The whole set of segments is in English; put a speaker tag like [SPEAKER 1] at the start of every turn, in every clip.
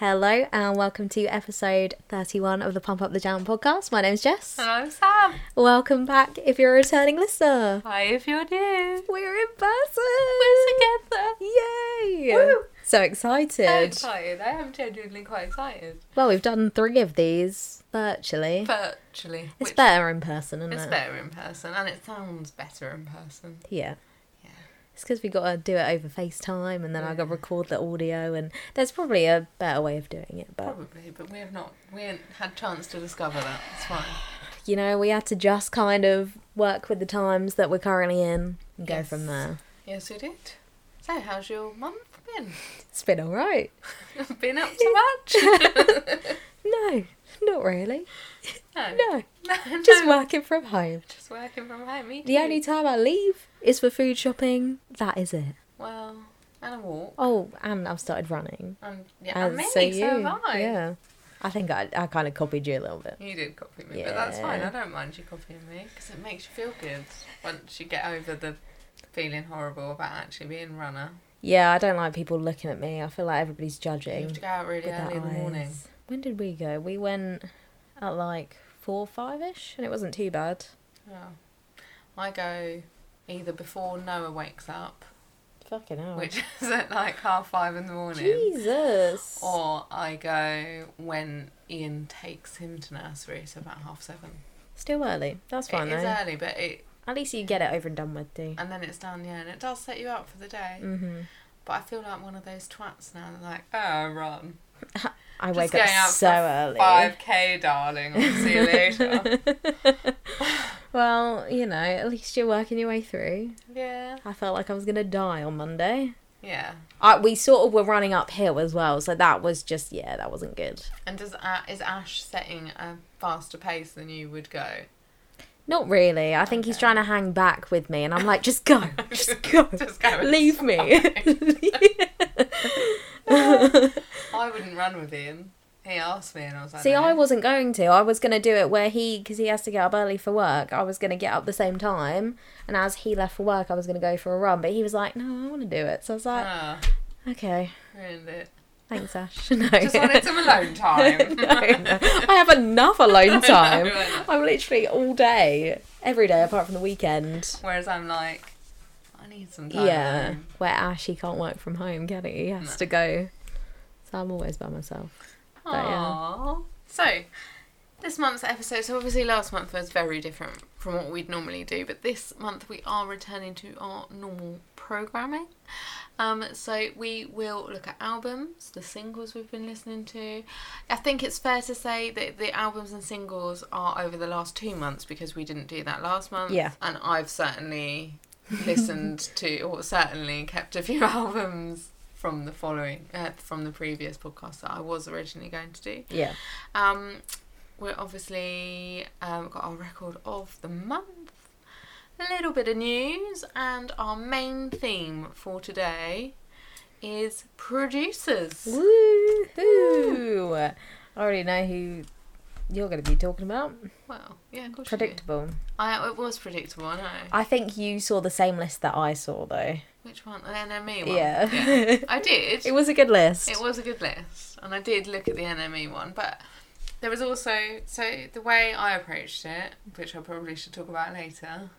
[SPEAKER 1] Hello and welcome to episode 31 of the Pump Up the Jam podcast. My name's Jess.
[SPEAKER 2] And I'm Sam.
[SPEAKER 1] Welcome back if you're a returning listener.
[SPEAKER 2] Hi, if you're new.
[SPEAKER 1] We're in person.
[SPEAKER 2] We're
[SPEAKER 1] Yay!
[SPEAKER 2] Woo.
[SPEAKER 1] So
[SPEAKER 2] I'm
[SPEAKER 1] excited.
[SPEAKER 2] excited. I am genuinely quite excited.
[SPEAKER 1] Well, we've done three of these virtually.
[SPEAKER 2] Virtually.
[SPEAKER 1] it's
[SPEAKER 2] which-
[SPEAKER 1] better in person, isn't
[SPEAKER 2] It's
[SPEAKER 1] it?
[SPEAKER 2] better in person, and it sounds better in person.
[SPEAKER 1] Yeah.
[SPEAKER 2] Yeah.
[SPEAKER 1] It's because we got to do it over FaceTime and then I got to record the audio, and there's probably a better way of doing it. But,
[SPEAKER 2] Probably, but we have not. We haven't had chance to discover that. It's fine.
[SPEAKER 1] you know, we had to just kind of work with the times that we're currently in and go
[SPEAKER 2] Yes.
[SPEAKER 1] from there.
[SPEAKER 2] Yes, we did. So, how's your month been?
[SPEAKER 1] It's been all right.
[SPEAKER 2] been up to much?
[SPEAKER 1] No, not really.
[SPEAKER 2] No.
[SPEAKER 1] No,
[SPEAKER 2] no,
[SPEAKER 1] just
[SPEAKER 2] no.
[SPEAKER 1] working from home.
[SPEAKER 2] Just working from home. Me
[SPEAKER 1] The
[SPEAKER 2] too.
[SPEAKER 1] only time I leave is for food shopping. That is it.
[SPEAKER 2] Well, and a walk.
[SPEAKER 1] Oh, and I've started running.
[SPEAKER 2] And yeah, and me.
[SPEAKER 1] As
[SPEAKER 2] So, have I.
[SPEAKER 1] Yeah. I think I, I kind of copied you a little bit.
[SPEAKER 2] You did copy me, but that's fine.
[SPEAKER 1] Yeah.
[SPEAKER 2] I don't mind you copying me because it makes you feel good once you get over the feeling horrible about actually being runner.
[SPEAKER 1] Yeah, I don't like people looking at me. I feel like everybody's
[SPEAKER 2] You
[SPEAKER 1] judging.
[SPEAKER 2] have to go out really
[SPEAKER 1] with their
[SPEAKER 2] early in the morning.
[SPEAKER 1] eyes. When did we go? We went at like four, five ish, and it wasn't too bad.
[SPEAKER 2] Yeah. I go either before Noah wakes up,
[SPEAKER 1] Fucking hell.
[SPEAKER 2] which is at like half five in the morning,
[SPEAKER 1] Jesus.
[SPEAKER 2] or I go when Ian takes him to nursery, so about half seven.
[SPEAKER 1] Still early. That's fine
[SPEAKER 2] it is
[SPEAKER 1] though.
[SPEAKER 2] early, but it
[SPEAKER 1] At least you get it over and done with, do.
[SPEAKER 2] and then it's done, yeah, and it does set you up for the day.
[SPEAKER 1] Mm-hmm.
[SPEAKER 2] But I feel like one of those twats now, like, oh, run.
[SPEAKER 1] I
[SPEAKER 2] Just
[SPEAKER 1] wake up
[SPEAKER 2] going out
[SPEAKER 1] so
[SPEAKER 2] for
[SPEAKER 1] early.
[SPEAKER 2] Five K, darling. I'll see you later.
[SPEAKER 1] Well, you know, at least you're working your way through.
[SPEAKER 2] yeah,
[SPEAKER 1] I felt like I was gonna die on Monday.
[SPEAKER 2] yeah.
[SPEAKER 1] I, we sort of were running uphill as well, so that was just yeah, that wasn't good.
[SPEAKER 2] And does A- is Ash setting a faster pace than you would go?
[SPEAKER 1] Not really. I think he's trying to hang back with me, and I'm like, just go, just go,
[SPEAKER 2] Just go.
[SPEAKER 1] leave me.
[SPEAKER 2] I wouldn't run with Ian. He asked me, and I was like,
[SPEAKER 1] See,
[SPEAKER 2] no.
[SPEAKER 1] I wasn't going to. I was going to do it where he, because he has to get up early for work, I was going to get up the same time. And as he left for work, I was going to go for a run. But he was like, no, I want to do it. So I was like,
[SPEAKER 2] Ah,
[SPEAKER 1] okay,
[SPEAKER 2] ruined it.
[SPEAKER 1] thanks, Ash. No.
[SPEAKER 2] Just wanted some alone time.
[SPEAKER 1] no, no. I have enough alone time.
[SPEAKER 2] I know.
[SPEAKER 1] I'm literally all day, every day, apart from the weekend.
[SPEAKER 2] Whereas I'm like, I need some time.
[SPEAKER 1] Yeah,
[SPEAKER 2] alone.
[SPEAKER 1] where Ash, he can't work from home, can he? He has
[SPEAKER 2] No.
[SPEAKER 1] to go. So I'm always by myself. But, yeah.
[SPEAKER 2] Aww. So, this month's episode, so obviously last month was very different from what we'd normally do, but this month we are returning to our normal programming. Um, so, we will look at albums, the singles we've been listening to. I think it's fair to say that the albums and singles are over the last two months because we didn't do that last month.
[SPEAKER 1] Yeah.
[SPEAKER 2] And I've certainly listened to, or certainly kept a few albums from the following uh, from the previous podcast that I was originally going to do.
[SPEAKER 1] Yeah.
[SPEAKER 2] Um, we're obviously um, got our record of the month, a little bit of news, and our main theme for today is producers.
[SPEAKER 1] Woo-hoo. I already know who you're going to be talking about.
[SPEAKER 2] Well, yeah, of course. you do.
[SPEAKER 1] Predictable.
[SPEAKER 2] I it was predictable, I know.
[SPEAKER 1] I think you saw the same list that I saw, though.
[SPEAKER 2] Which one? The NME one.
[SPEAKER 1] Yeah.
[SPEAKER 2] I did.
[SPEAKER 1] it was a good list.
[SPEAKER 2] It was a good list, and I did look at the NME one, but there was also so the way I approached it, which I probably should talk about later.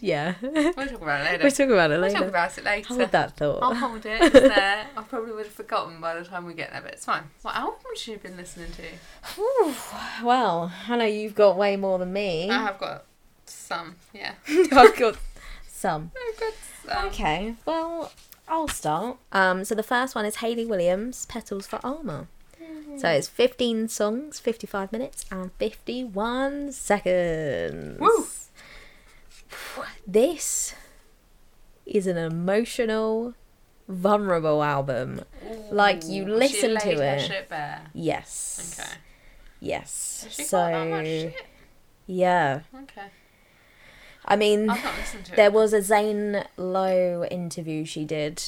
[SPEAKER 1] Yeah.
[SPEAKER 2] We'll talk about it
[SPEAKER 1] We'll
[SPEAKER 2] later.
[SPEAKER 1] talk about it
[SPEAKER 2] We'll talk
[SPEAKER 1] later.
[SPEAKER 2] about it later.
[SPEAKER 1] Hold that
[SPEAKER 2] I'll
[SPEAKER 1] thought.
[SPEAKER 2] hold it. It's there. I probably would have forgotten by the time we get there, but it's fine. What albums you been listening to?
[SPEAKER 1] Ooh, well, I know you've got way more than me.
[SPEAKER 2] I have got some. Yeah,
[SPEAKER 1] I've got some.
[SPEAKER 2] I've got some.
[SPEAKER 1] Okay, well, I'll start. Um, so the first one is Hayley Williams, Petals for Armour. So it's 15 songs, 55 minutes, and 51 seconds.
[SPEAKER 2] Woo.
[SPEAKER 1] This is an emotional, vulnerable album. Like, you
[SPEAKER 2] Ooh,
[SPEAKER 1] listen
[SPEAKER 2] she
[SPEAKER 1] to
[SPEAKER 2] laid her
[SPEAKER 1] it.
[SPEAKER 2] Shit bare.
[SPEAKER 1] Yes.
[SPEAKER 2] Okay.
[SPEAKER 1] Yes.
[SPEAKER 2] Has She
[SPEAKER 1] so,
[SPEAKER 2] got that much shit?
[SPEAKER 1] yeah.
[SPEAKER 2] Okay.
[SPEAKER 1] I mean,
[SPEAKER 2] I've not listened to it.
[SPEAKER 1] there was a Zane Lowe interview she did,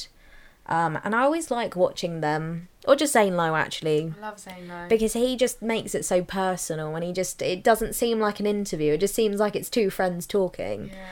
[SPEAKER 1] um, and I always like watching them, or just Zane Lowe actually,
[SPEAKER 2] I love saying no.
[SPEAKER 1] because he just makes it so personal, and he just it doesn't seem like an interview. It just seems like it's two friends talking.
[SPEAKER 2] yeah.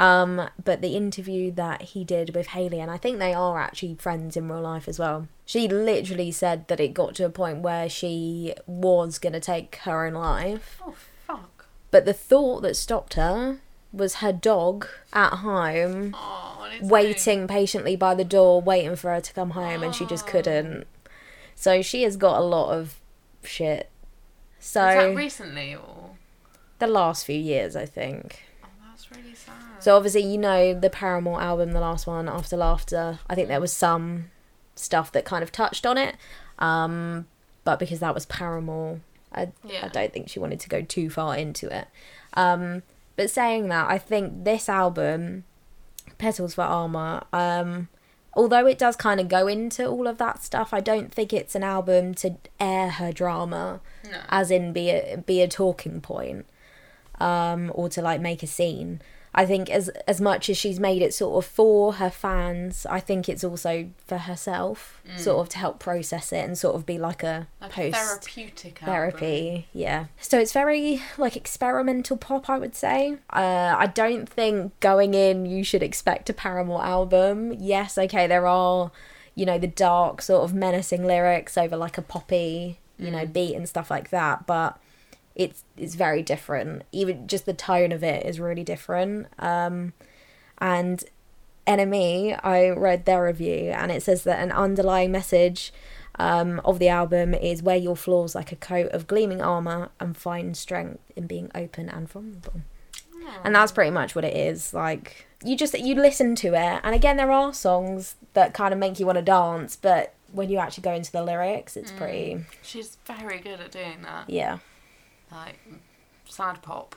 [SPEAKER 1] Um, but the interview that he did with Haley, and I think they are actually friends in real life as well. she literally said that it got to a point where she was going to take her own life.
[SPEAKER 2] Oh, fuck.
[SPEAKER 1] But the thought that stopped her was her dog at home,
[SPEAKER 2] Oh, and it's
[SPEAKER 1] waiting patiently by the door, waiting for her to come home, and she just
[SPEAKER 2] Oh.
[SPEAKER 1] couldn't. So she has got a lot of shit. So
[SPEAKER 2] Was that recently or?
[SPEAKER 1] the last few years, I think.
[SPEAKER 2] Oh, that's really sad.
[SPEAKER 1] So obviously, you know the Paramore album, the last one, After Laughter. I think there was some stuff that kind of touched on it, um, but because that was Paramore, I,
[SPEAKER 2] Yeah.
[SPEAKER 1] I don't think she wanted to go too far into it. Um, but saying that, I think this album, Petals for Armor, um, although it does kind of go into all of that stuff, I don't think it's an album to air her drama
[SPEAKER 2] no.
[SPEAKER 1] as in be a be a talking point um or to like make a scene i think as as much as she's made it sort of for her fans i think it's also for herself sort of to help process it and sort of be like a
[SPEAKER 2] A
[SPEAKER 1] post
[SPEAKER 2] therapeutic album.
[SPEAKER 1] therapy yeah so it's very like experimental pop i would say uh i don't think going in you should expect a paramore album yes okay there are you know the dark sort of menacing lyrics over like a poppy you know beat and stuff like that but it's it's very different even just the tone of it is really different um and enemy i read their review and it says that an underlying message um, of the album is wear your flaws like a coat of gleaming armor and find strength in being open and vulnerable
[SPEAKER 2] Oh,
[SPEAKER 1] and that's pretty much what it is like you just you listen to it and again there are songs that kind of make you want to dance but when you actually go into the lyrics it's pretty
[SPEAKER 2] She's very good at doing that.
[SPEAKER 1] yeah
[SPEAKER 2] Like, sad pop.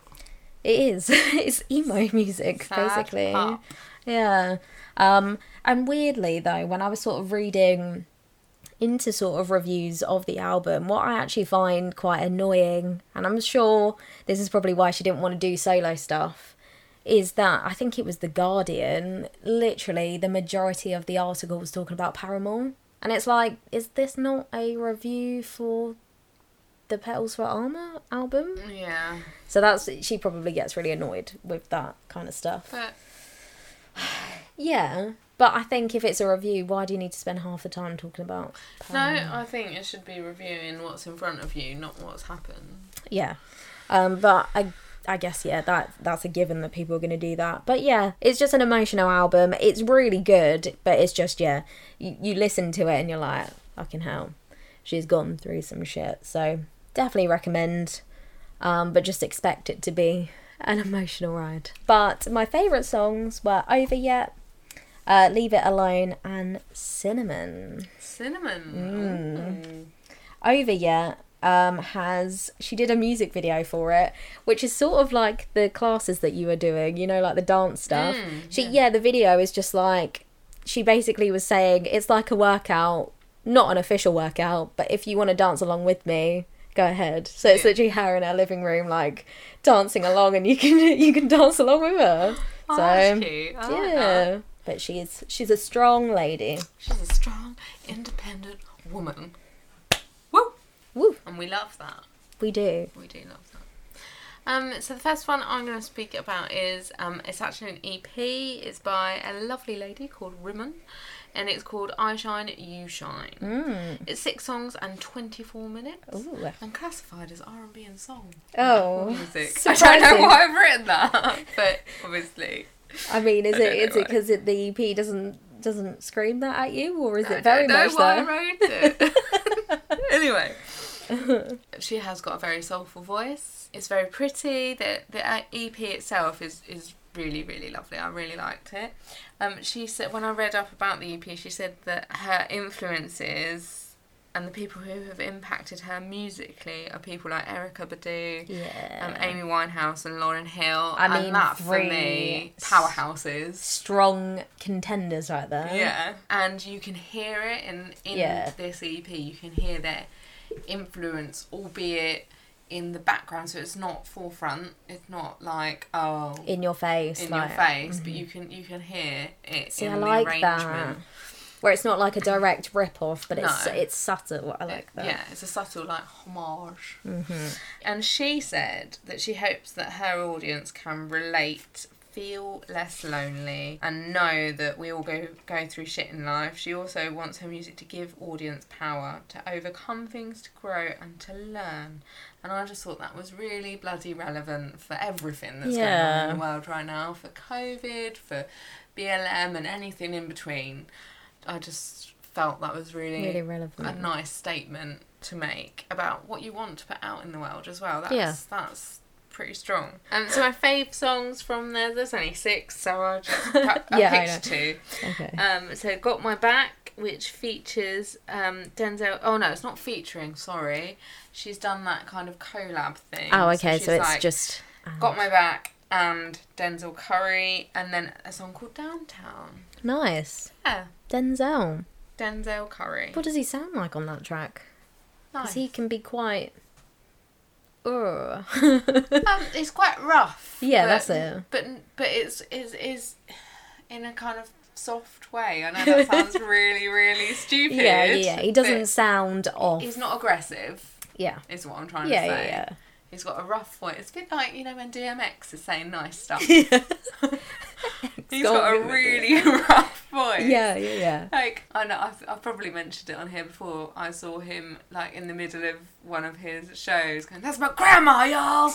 [SPEAKER 1] it is it's emo music
[SPEAKER 2] Sad
[SPEAKER 1] basically
[SPEAKER 2] pop.
[SPEAKER 1] Yeah. Um, and weirdly, though, when I was sort of reading into sort of reviews of the album, what I actually find quite annoying, and I'm sure this is probably why she didn't want to do solo stuff, is that I think it was The Guardian, literally, the majority of the article was talking about Paramore. And it's like, is this not a review for the Petals for Armour album?
[SPEAKER 2] Yeah.
[SPEAKER 1] So that's, she probably gets really annoyed with that kind of stuff.
[SPEAKER 2] But
[SPEAKER 1] Yeah, but I think if it's a review, why do you need to spend half the time talking about?
[SPEAKER 2] no,
[SPEAKER 1] Paramore?
[SPEAKER 2] I think it should be reviewing what's in front of you, not what's happened.
[SPEAKER 1] Yeah, um, but I, I guess yeah, that that's a given that people are going to do that. But yeah, it's just an emotional album. It's really good, but it's just yeah, you, you listen to it and you're like, fucking hell, she's gone through some shit. So definitely recommend, um, but just expect it to be an emotional ride. But my favourite songs were Over Yet. Uh, leave it alone and cinnamon. Mm.
[SPEAKER 2] Cinnamon.
[SPEAKER 1] over yet um has she did a music video for it which is sort of like the classes that you were doing you know like the dance stuff
[SPEAKER 2] Mm,
[SPEAKER 1] she yeah. the video is just like she basically was saying it's like a workout not an official workout but if you want to dance along with me go ahead so it's
[SPEAKER 2] Yeah.
[SPEAKER 1] literally her in her living room like dancing along and you can you can dance along with her
[SPEAKER 2] Oh,
[SPEAKER 1] so
[SPEAKER 2] that's cute. Ah. I like
[SPEAKER 1] yeah
[SPEAKER 2] that.
[SPEAKER 1] but she is she's a strong lady
[SPEAKER 2] She's a strong, independent woman. Woo!
[SPEAKER 1] Woo.
[SPEAKER 2] And we love that.
[SPEAKER 1] we do
[SPEAKER 2] We do love that. Um, so the first one I'm going to speak about is um, it's actually an EP. It's by a lovely lady called Rimmon, and it's called I Shine, You Shine.
[SPEAKER 1] mm.
[SPEAKER 2] It's six songs and 24 minutes.
[SPEAKER 1] Ooh.
[SPEAKER 2] And classified as R&B and soul
[SPEAKER 1] Oh,
[SPEAKER 2] music. I don't
[SPEAKER 1] surprising.
[SPEAKER 2] know why I've written that, but obviously
[SPEAKER 1] I mean, is it
[SPEAKER 2] I don't know
[SPEAKER 1] is it
[SPEAKER 2] why.
[SPEAKER 1] because it, the EP doesn't doesn't scream that at you, or is
[SPEAKER 2] I
[SPEAKER 1] it very
[SPEAKER 2] don't know
[SPEAKER 1] much
[SPEAKER 2] why
[SPEAKER 1] there?
[SPEAKER 2] I wrote it. anyway, she has got a very soulful voice. It's very pretty. The the uh, EP itself is is really really lovely. I really liked it. Um, she said when I read up about the EP, she said that her influences and the people who have impacted her musically are people like Erica Badu.
[SPEAKER 1] yeah,
[SPEAKER 2] Um, Amy Winehouse and Lauren Hill.
[SPEAKER 1] I mean,
[SPEAKER 2] and that
[SPEAKER 1] three
[SPEAKER 2] for me powerhouses.
[SPEAKER 1] strong contenders right there.
[SPEAKER 2] Yeah, and you can hear it in in
[SPEAKER 1] Yeah.
[SPEAKER 2] this EP. You can hear their influence, albeit in the background. So it's not forefront. It's not like oh in,
[SPEAKER 1] in your face,
[SPEAKER 2] your
[SPEAKER 1] like, mm-hmm.
[SPEAKER 2] face, but you can you can hear it
[SPEAKER 1] See,
[SPEAKER 2] in
[SPEAKER 1] I
[SPEAKER 2] the
[SPEAKER 1] like that.
[SPEAKER 2] arrangement.
[SPEAKER 1] Where it's not like a direct rip off, but it's
[SPEAKER 2] No.
[SPEAKER 1] it's subtle. I
[SPEAKER 2] It-
[SPEAKER 1] like that. Mm-hmm.
[SPEAKER 2] Yeah, it's a subtle like homage. And she said that she hopes that her audience can relate feel less lonely and know that we all go go through shit in life. She also wants her music to give audience power to overcome things, to grow and to learn. And I just thought that was really bloody relevant for everything that's going on
[SPEAKER 1] Yeah.
[SPEAKER 2] in the world right now, for COVID, for BLM and anything in between. I just felt that was
[SPEAKER 1] Really
[SPEAKER 2] a
[SPEAKER 1] relevant.
[SPEAKER 2] nice statement to make about what you want to put out in the world as well. That's
[SPEAKER 1] Yeah.
[SPEAKER 2] that's pretty strong. Um, so my fave songs from there. There's only six, so I just I, I
[SPEAKER 1] Yeah, I
[SPEAKER 2] picked two.
[SPEAKER 1] Okay.
[SPEAKER 2] Um, so got my back, which features um Denzel. Oh no, it's not featuring. Sorry, she's done that kind of collab thing.
[SPEAKER 1] oh, okay. So,
[SPEAKER 2] she's
[SPEAKER 1] it's
[SPEAKER 2] like,
[SPEAKER 1] just. um,
[SPEAKER 2] got my back and Denzel Curry, and then a song called Downtown.
[SPEAKER 1] nice.
[SPEAKER 2] Yeah,
[SPEAKER 1] Denzel.
[SPEAKER 2] Denzel Curry.
[SPEAKER 1] What does he sound like on that track?
[SPEAKER 2] Nice.
[SPEAKER 1] Because he can be quite. Ugh.
[SPEAKER 2] um, it's quite rough.
[SPEAKER 1] Yeah,
[SPEAKER 2] but-
[SPEAKER 1] that's it.
[SPEAKER 2] But but it's is is in a kind of soft way. I know that sounds really really stupid.
[SPEAKER 1] yeah, yeah, yeah. He doesn't
[SPEAKER 2] but
[SPEAKER 1] sound off.
[SPEAKER 2] He's not aggressive.
[SPEAKER 1] Yeah.
[SPEAKER 2] Is what I'm trying
[SPEAKER 1] Yeah,
[SPEAKER 2] to say.
[SPEAKER 1] yeah,
[SPEAKER 2] He's got a rough voice. It's a bit like you know when DMX is saying nice stuff.
[SPEAKER 1] yeah.
[SPEAKER 2] He's got a
[SPEAKER 1] Gone with it.
[SPEAKER 2] really rough voice.
[SPEAKER 1] Yeah, yeah, yeah.
[SPEAKER 2] Like I know I've, I've probably mentioned it on here before. I saw him like in the middle of one of his shows going, "That's my grandma, y'all."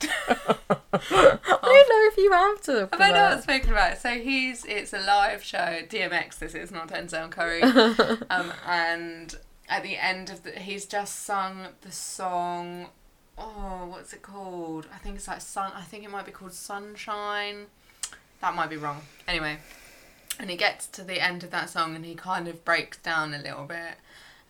[SPEAKER 1] I don't know if you have to. for
[SPEAKER 2] Have I
[SPEAKER 1] that.
[SPEAKER 2] not spoken about it? So he's it's a live show. DMX, this is not Denzel Curry. um, and at the end of the, he's just sung the song. Oh, what's it called? I think it's like sun. I think it might be called Sunshine. That might be wrong. Anyway, and he gets to the end of that song and he kind of breaks down a little bit.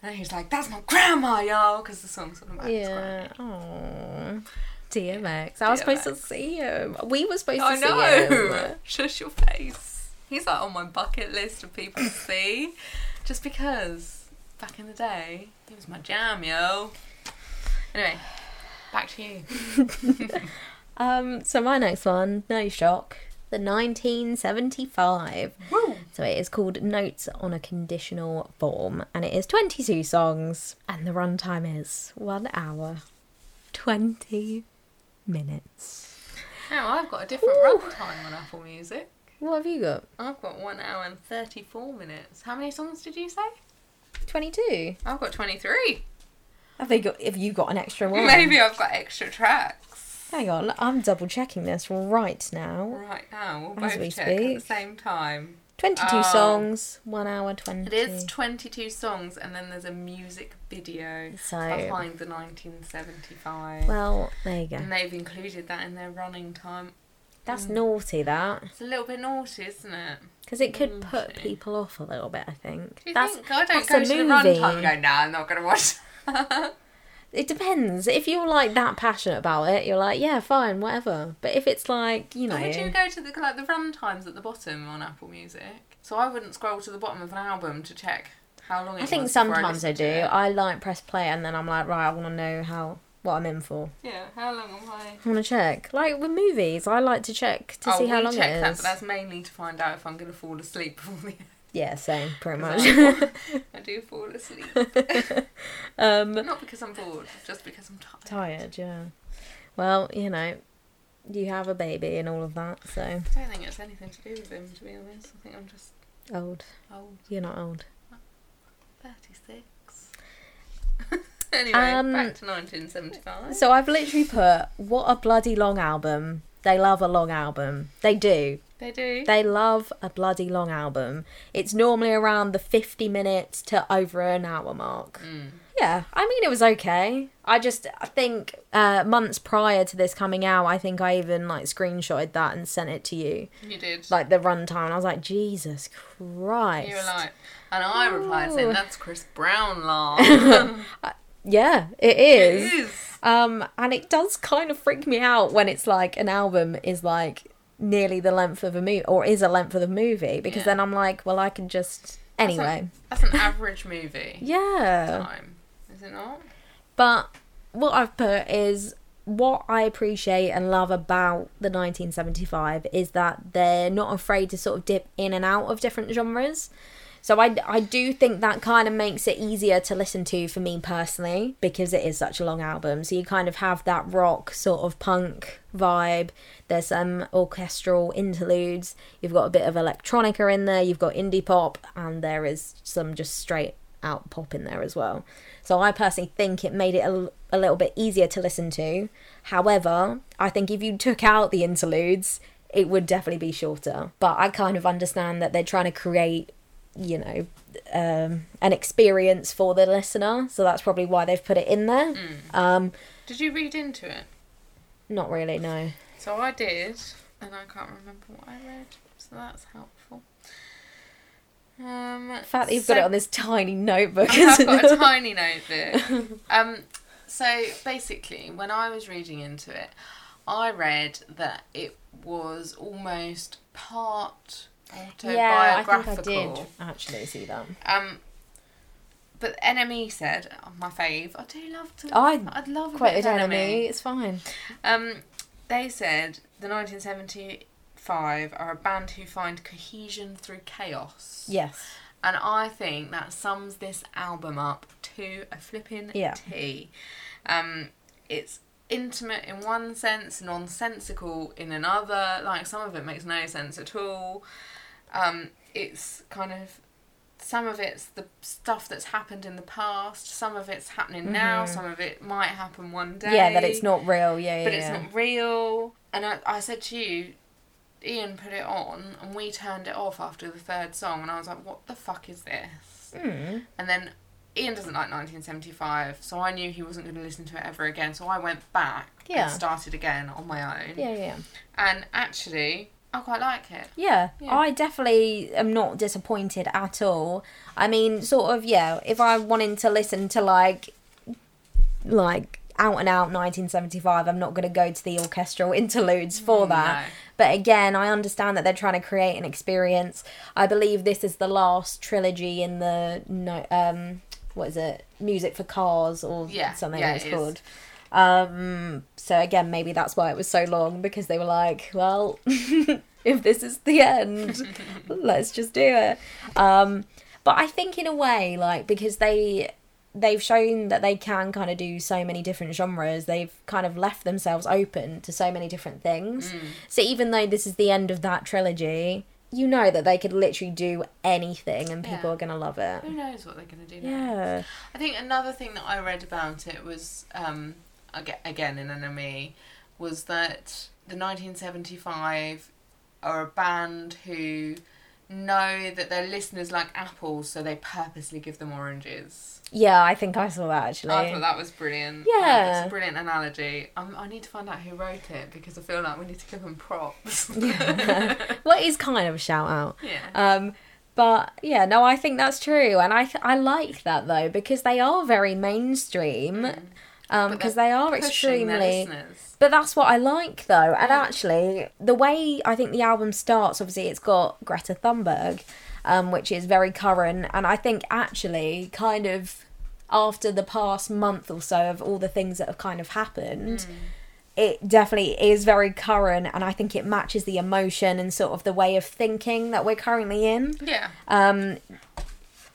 [SPEAKER 2] And he's like, "That's my grandma, y'all," because the song's sort of about his
[SPEAKER 1] Yeah.
[SPEAKER 2] grandma.
[SPEAKER 1] Oh. DMX. I was supposed to
[SPEAKER 2] DMX.
[SPEAKER 1] see him. We were supposed
[SPEAKER 2] I
[SPEAKER 1] to see
[SPEAKER 2] know.
[SPEAKER 1] him.
[SPEAKER 2] Shush your face. He's like on my bucket list of people to see, just because back in the day he was my jam, yo. Anyway, back to you.
[SPEAKER 1] Um, so my next one, no shock, the 1975.
[SPEAKER 2] Woo.
[SPEAKER 1] So it is called Notes on a Conditional Form, and it is 22 songs, and the runtime is one hour, 20 minutes.
[SPEAKER 2] Now I've got a different
[SPEAKER 1] Ooh.
[SPEAKER 2] runtime on Apple Music.
[SPEAKER 1] What have you got?
[SPEAKER 2] I've got one hour and thirty-four minutes. How many songs did you say?
[SPEAKER 1] 22.
[SPEAKER 2] I've got twenty-three.
[SPEAKER 1] Have they got? Have you got an extra one?
[SPEAKER 2] Maybe I've got extra tracks
[SPEAKER 1] Hang on, I'm double checking this right now.
[SPEAKER 2] right now. We'll
[SPEAKER 1] As
[SPEAKER 2] both
[SPEAKER 1] we
[SPEAKER 2] check at the
[SPEAKER 1] speak.
[SPEAKER 2] same time.
[SPEAKER 1] 22
[SPEAKER 2] Oh.
[SPEAKER 1] songs, one hour 20.
[SPEAKER 2] It is 22 songs, and then there's a music video
[SPEAKER 1] So-
[SPEAKER 2] behind the 1975.
[SPEAKER 1] Well, there you go.
[SPEAKER 2] and they've included that in their running time.
[SPEAKER 1] That's naughty, that.
[SPEAKER 2] It's a little bit naughty, isn't it?
[SPEAKER 1] Because it could put
[SPEAKER 2] Naughty.
[SPEAKER 1] people off a little bit, I think.
[SPEAKER 2] Do you
[SPEAKER 1] that's,
[SPEAKER 2] think? I don't
[SPEAKER 1] that's
[SPEAKER 2] go
[SPEAKER 1] a
[SPEAKER 2] to the
[SPEAKER 1] movie.
[SPEAKER 2] runtime and go, nah, I'm not going to watch that."
[SPEAKER 1] It depends. If you're like that passionate about it, you're like, yeah, fine, whatever. But if it's like, you know.
[SPEAKER 2] I do go to the, like, the run times at the bottom on Apple Music. So I wouldn't scroll to the bottom of an album to check how long it
[SPEAKER 1] I think
[SPEAKER 2] was before
[SPEAKER 1] sometimes I
[SPEAKER 2] listened
[SPEAKER 1] do.
[SPEAKER 2] to it.
[SPEAKER 1] I like press play and then I'm like, right, I want to know how what I'm in for.
[SPEAKER 2] Yeah, how long am I...
[SPEAKER 1] I want to check. Like with movies, I like to check to see how
[SPEAKER 2] Oh, we
[SPEAKER 1] long
[SPEAKER 2] check
[SPEAKER 1] it
[SPEAKER 2] that,
[SPEAKER 1] is.
[SPEAKER 2] but that's mainly to find out if I'm going to fall asleep before the
[SPEAKER 1] Yeah, same, pretty much.
[SPEAKER 2] I I do fall asleep.
[SPEAKER 1] um,
[SPEAKER 2] Not because I'm bored, just because I'm tired.
[SPEAKER 1] tired, yeah. Well, you know, you have a baby and all of that, so
[SPEAKER 2] I don't think it's anything to do with him, to be honest. I think I'm just
[SPEAKER 1] old.
[SPEAKER 2] old.
[SPEAKER 1] You're not old.
[SPEAKER 2] 36. anyway,
[SPEAKER 1] Um,
[SPEAKER 2] back to 1975.
[SPEAKER 1] So I've literally put, what a bloody long album. They love a long album. They do.
[SPEAKER 2] they do.
[SPEAKER 1] They love a bloody long album. It's normally around the 50 minutes to over an hour mark.
[SPEAKER 2] Mm.
[SPEAKER 1] Yeah, I mean, it was okay. I just, I think uh, months prior to this coming out, I think I even like screenshotted that and sent it to you.
[SPEAKER 2] You did.
[SPEAKER 1] Like the runtime. I was like, Jesus Christ.
[SPEAKER 2] you were like, and I replied
[SPEAKER 1] Ooh.
[SPEAKER 2] saying, that's Chris Brownlaw.
[SPEAKER 1] yeah, it
[SPEAKER 2] It
[SPEAKER 1] is.
[SPEAKER 2] is.
[SPEAKER 1] Um, and it does kind of freak me out when it's like an album is like nearly the length of a movie or is a length of a movie because
[SPEAKER 2] Yeah.
[SPEAKER 1] then I'm like, well, I can just anyway.
[SPEAKER 2] That's an average movie
[SPEAKER 1] Yeah,
[SPEAKER 2] time, is it not?
[SPEAKER 1] but what I've put is what I appreciate and love about the 1975 is that they're not afraid to sort of dip in and out of different genres. So I, I do think that kind of makes it easier to listen to for me personally because it is such a long album. So you kind of have that rock sort of punk vibe. There's some orchestral interludes. You've got a bit of electronica in there. You've got indie pop, and there is some just straight out pop in there as well. So I personally think it made it a, l- a little bit easier to listen to. However, I think if you took out the interludes, it would definitely be shorter. But I kind of understand that they're trying to create, you know, um, an experience for the listener. So that's probably why they've put it in there.
[SPEAKER 2] Mm.
[SPEAKER 1] Um,
[SPEAKER 2] Did you read into it?
[SPEAKER 1] not really, no.
[SPEAKER 2] So I did, and I can't remember what I read. So that's helpful. Um,
[SPEAKER 1] The fact that you've
[SPEAKER 2] so-
[SPEAKER 1] got it on this tiny notebook.
[SPEAKER 2] I have
[SPEAKER 1] is
[SPEAKER 2] got a tiny notebook. Um, so basically, when I was reading into it, I read that it was almost part
[SPEAKER 1] yeah, I
[SPEAKER 2] autobiographical.
[SPEAKER 1] think I did actually see that.
[SPEAKER 2] Um, but NME said, oh, my fave, I do love to.
[SPEAKER 1] I
[SPEAKER 2] I'd love a
[SPEAKER 1] Quite
[SPEAKER 2] bit
[SPEAKER 1] a
[SPEAKER 2] of E."
[SPEAKER 1] enemy. It's fine.
[SPEAKER 2] um, they said the 1975 are a band who find cohesion through chaos.
[SPEAKER 1] Yes.
[SPEAKER 2] And I think that sums this album up to a flipping
[SPEAKER 1] Yeah.
[SPEAKER 2] T. Um, it's intimate in one sense, nonsensical in another. Like some of it makes no sense at all. Um, it's kind of some of it's the stuff that's happened in the past, some of it's happening now, some of it might happen one day
[SPEAKER 1] Mm-hmm. Yeah, that it's not real. Yeah, yeah.
[SPEAKER 2] but it's
[SPEAKER 1] yeah.
[SPEAKER 2] not real. And I, I said to you, Ian put it on, and we turned it off after the third song, and I was like, what the fuck is this?
[SPEAKER 1] Mm.
[SPEAKER 2] And then Ian doesn't like 1975, so I knew he wasn't going to listen to it ever again, so I went back
[SPEAKER 1] Yeah.
[SPEAKER 2] and started again on my own.
[SPEAKER 1] Yeah, yeah.
[SPEAKER 2] And actually, I quite like it.
[SPEAKER 1] Yeah,
[SPEAKER 2] Yeah.
[SPEAKER 1] I definitely am not disappointed at all. I mean, sort of, yeah, if I wanted to listen to like, like, out and out 1975, I'm not going to go to the orchestral interludes for that.
[SPEAKER 2] Mm, No.
[SPEAKER 1] But again, I understand that they're trying to create an experience. I believe this is the last trilogy in the no, um, what is it? Music for Cars or
[SPEAKER 2] Yeah,
[SPEAKER 1] something
[SPEAKER 2] yeah,
[SPEAKER 1] it's
[SPEAKER 2] it is.
[SPEAKER 1] called. Um, so again, maybe that's why it was so long because they were like, well, if this is the end, let's just do it. Um, but I think in a way, like because they they've shown that they can kind of do so many different genres, they've kind of left themselves open to so many different things.
[SPEAKER 2] Mm.
[SPEAKER 1] So even though this is the end of that trilogy, you know that they could literally do anything and people
[SPEAKER 2] Yeah.
[SPEAKER 1] are gonna love it.
[SPEAKER 2] Who knows what they're going to do now?
[SPEAKER 1] Yeah.
[SPEAKER 2] I think another thing that I read about it was, um, aga- again in NME, was that the 1975 are a band who know that their listeners like apples, so they purposely give them oranges.
[SPEAKER 1] Yeah, I think I saw that actually.
[SPEAKER 2] Oh, I thought that was brilliant.
[SPEAKER 1] Yeah.
[SPEAKER 2] It's a brilliant analogy. Um, I need to find out who wrote it because I feel like we need to give them props.
[SPEAKER 1] Yeah. well, it is kind of a shout out.
[SPEAKER 2] yeah.
[SPEAKER 1] Um, but yeah, no, I think that's true, and I th- I like that though because they are very mainstream, because
[SPEAKER 2] Mm. But they're
[SPEAKER 1] they are
[SPEAKER 2] Pushing their
[SPEAKER 1] extremely.
[SPEAKER 2] listeners.
[SPEAKER 1] But that's what I like though, and actually, the way I think the album starts, obviously, it's got Greta Thunberg, um, which is very current, and I think actually, kind of after the past month or so of all the things that have kind of happened. It definitely is very current, and I think it matches the emotion and sort of the way of thinking that we're currently in
[SPEAKER 2] Yeah.
[SPEAKER 1] um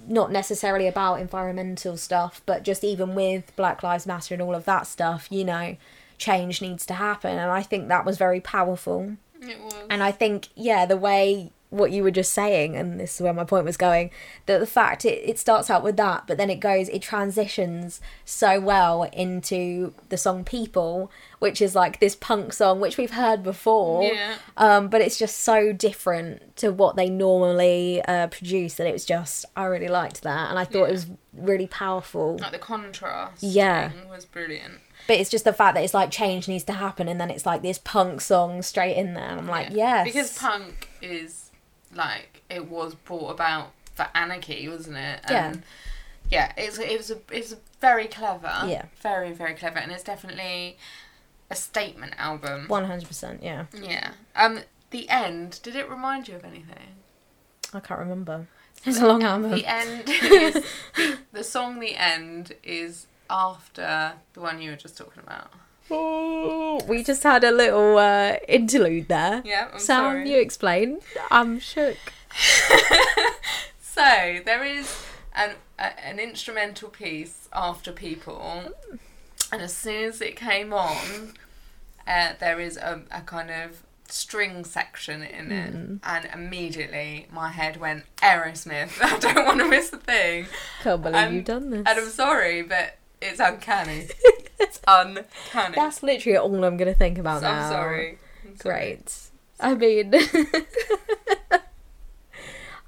[SPEAKER 1] not necessarily about environmental stuff but just even with black lives matter and all of that stuff you know change needs to happen and i think that was very powerful
[SPEAKER 2] It was.
[SPEAKER 1] and i think yeah the way what you were just saying and this is where my point was going that the fact it, it starts out with that but then it goes it transitions so well into the song people which is like this punk song which we've heard before
[SPEAKER 2] Yeah.
[SPEAKER 1] um, but it's just so different to what they normally uh, produce that it was just I really liked that and I thought it
[SPEAKER 2] Yeah.
[SPEAKER 1] was really powerful.
[SPEAKER 2] Like the contrast.
[SPEAKER 1] Yeah.
[SPEAKER 2] thing was brilliant.
[SPEAKER 1] But it's just the fact that it's like change needs to happen and then it's like this punk song straight in there. And I'm like, yes,
[SPEAKER 2] Because punk is like it was brought about for anarchy, wasn't it?
[SPEAKER 1] Yeah.
[SPEAKER 2] Yeah, it's it was a it's a very clever.
[SPEAKER 1] Yeah.
[SPEAKER 2] Very very clever, and it's definitely a statement album.
[SPEAKER 1] one hundred percent. Yeah,
[SPEAKER 2] Yeah. Um. The end. Did it remind you of anything?
[SPEAKER 1] I can't remember. It's a long album.
[SPEAKER 2] The end. is, the song. The end is after the one you were just talking about.
[SPEAKER 1] Oh, we just had a little uh, interlude there.
[SPEAKER 2] Yeah. I'm
[SPEAKER 1] Sam,
[SPEAKER 2] sorry.
[SPEAKER 1] you explain. I'm shook.
[SPEAKER 2] So there is an a, an instrumental piece after People, and as soon as it came on, uh, there is a, a kind of string section in it,
[SPEAKER 1] Hmm.
[SPEAKER 2] and immediately my head went Aerosmith. I don't want to miss a thing.
[SPEAKER 1] Can't believe
[SPEAKER 2] Um,
[SPEAKER 1] you've done this.
[SPEAKER 2] And I'm sorry, but it's uncanny. it's uncanny.
[SPEAKER 1] That's literally all I'm gonna think about
[SPEAKER 2] So
[SPEAKER 1] now.
[SPEAKER 2] I'm sorry. I'm sorry.
[SPEAKER 1] Great. I mean,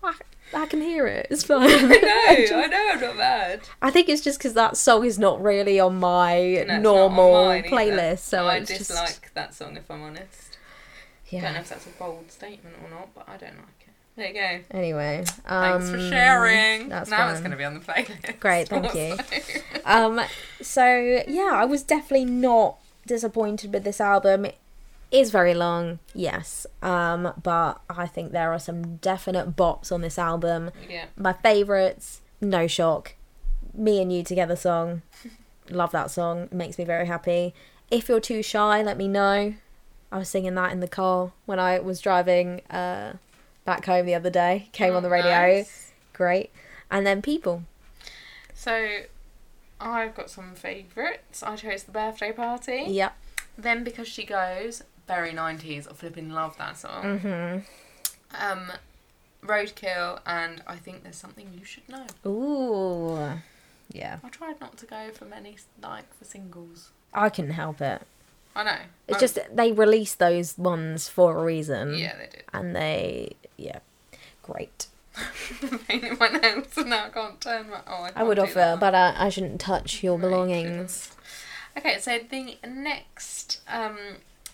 [SPEAKER 1] I, I can hear it. It's fine.
[SPEAKER 2] I know, I know, I'm not bad.
[SPEAKER 1] I think it's just because that song is not really on my
[SPEAKER 2] No, it's not on
[SPEAKER 1] normal
[SPEAKER 2] mine either.
[SPEAKER 1] playlist, so
[SPEAKER 2] I
[SPEAKER 1] it's
[SPEAKER 2] dislike
[SPEAKER 1] just
[SPEAKER 2] that song if I'm honest. I don't know
[SPEAKER 1] yeah.
[SPEAKER 2] if that's a bold statement or not, but I don't like it. There you go.
[SPEAKER 1] Anyway, um,
[SPEAKER 2] Thanks for sharing.
[SPEAKER 1] that's
[SPEAKER 2] now it's
[SPEAKER 1] fine.
[SPEAKER 2] going to be on the playlist.
[SPEAKER 1] Great, thank you.
[SPEAKER 2] also.
[SPEAKER 1] Um, so yeah, I was definitely not disappointed with this album. It is very long, yes, um, but I think there are some definite bops on this album.
[SPEAKER 2] yeah.
[SPEAKER 1] My favourites, No Shock, Me and You Together song. Love that song, makes me very happy. If You're Too Shy, Let Me Know. I was singing that in the car when I was driving uh, back home the other day. Came on the radio.
[SPEAKER 2] Oh, Nice.
[SPEAKER 1] Great. And then People.
[SPEAKER 2] So, I've got some favourites. I chose the birthday party.
[SPEAKER 1] Yep.
[SPEAKER 2] Then because she goes, very nineties. I flipping love that song.
[SPEAKER 1] Mm-hmm. Mm.
[SPEAKER 2] Um, Roadkill, and I think there's something you should know.
[SPEAKER 1] Ooh. Yeah.
[SPEAKER 2] I tried not to go for many like for singles.
[SPEAKER 1] I couldn't help it.
[SPEAKER 2] I know.
[SPEAKER 1] It's
[SPEAKER 2] I'm-
[SPEAKER 1] just they release those ones for a reason.
[SPEAKER 2] yeah, they did.
[SPEAKER 1] And they yeah. Great.
[SPEAKER 2] I'm painting my nails, and now I can't turn my. Oh, I,
[SPEAKER 1] I would
[SPEAKER 2] can't do
[SPEAKER 1] offer,
[SPEAKER 2] that.
[SPEAKER 1] but uh, I, I shouldn't touch your
[SPEAKER 2] Right,
[SPEAKER 1] belongings.
[SPEAKER 2] Okay, so the next um,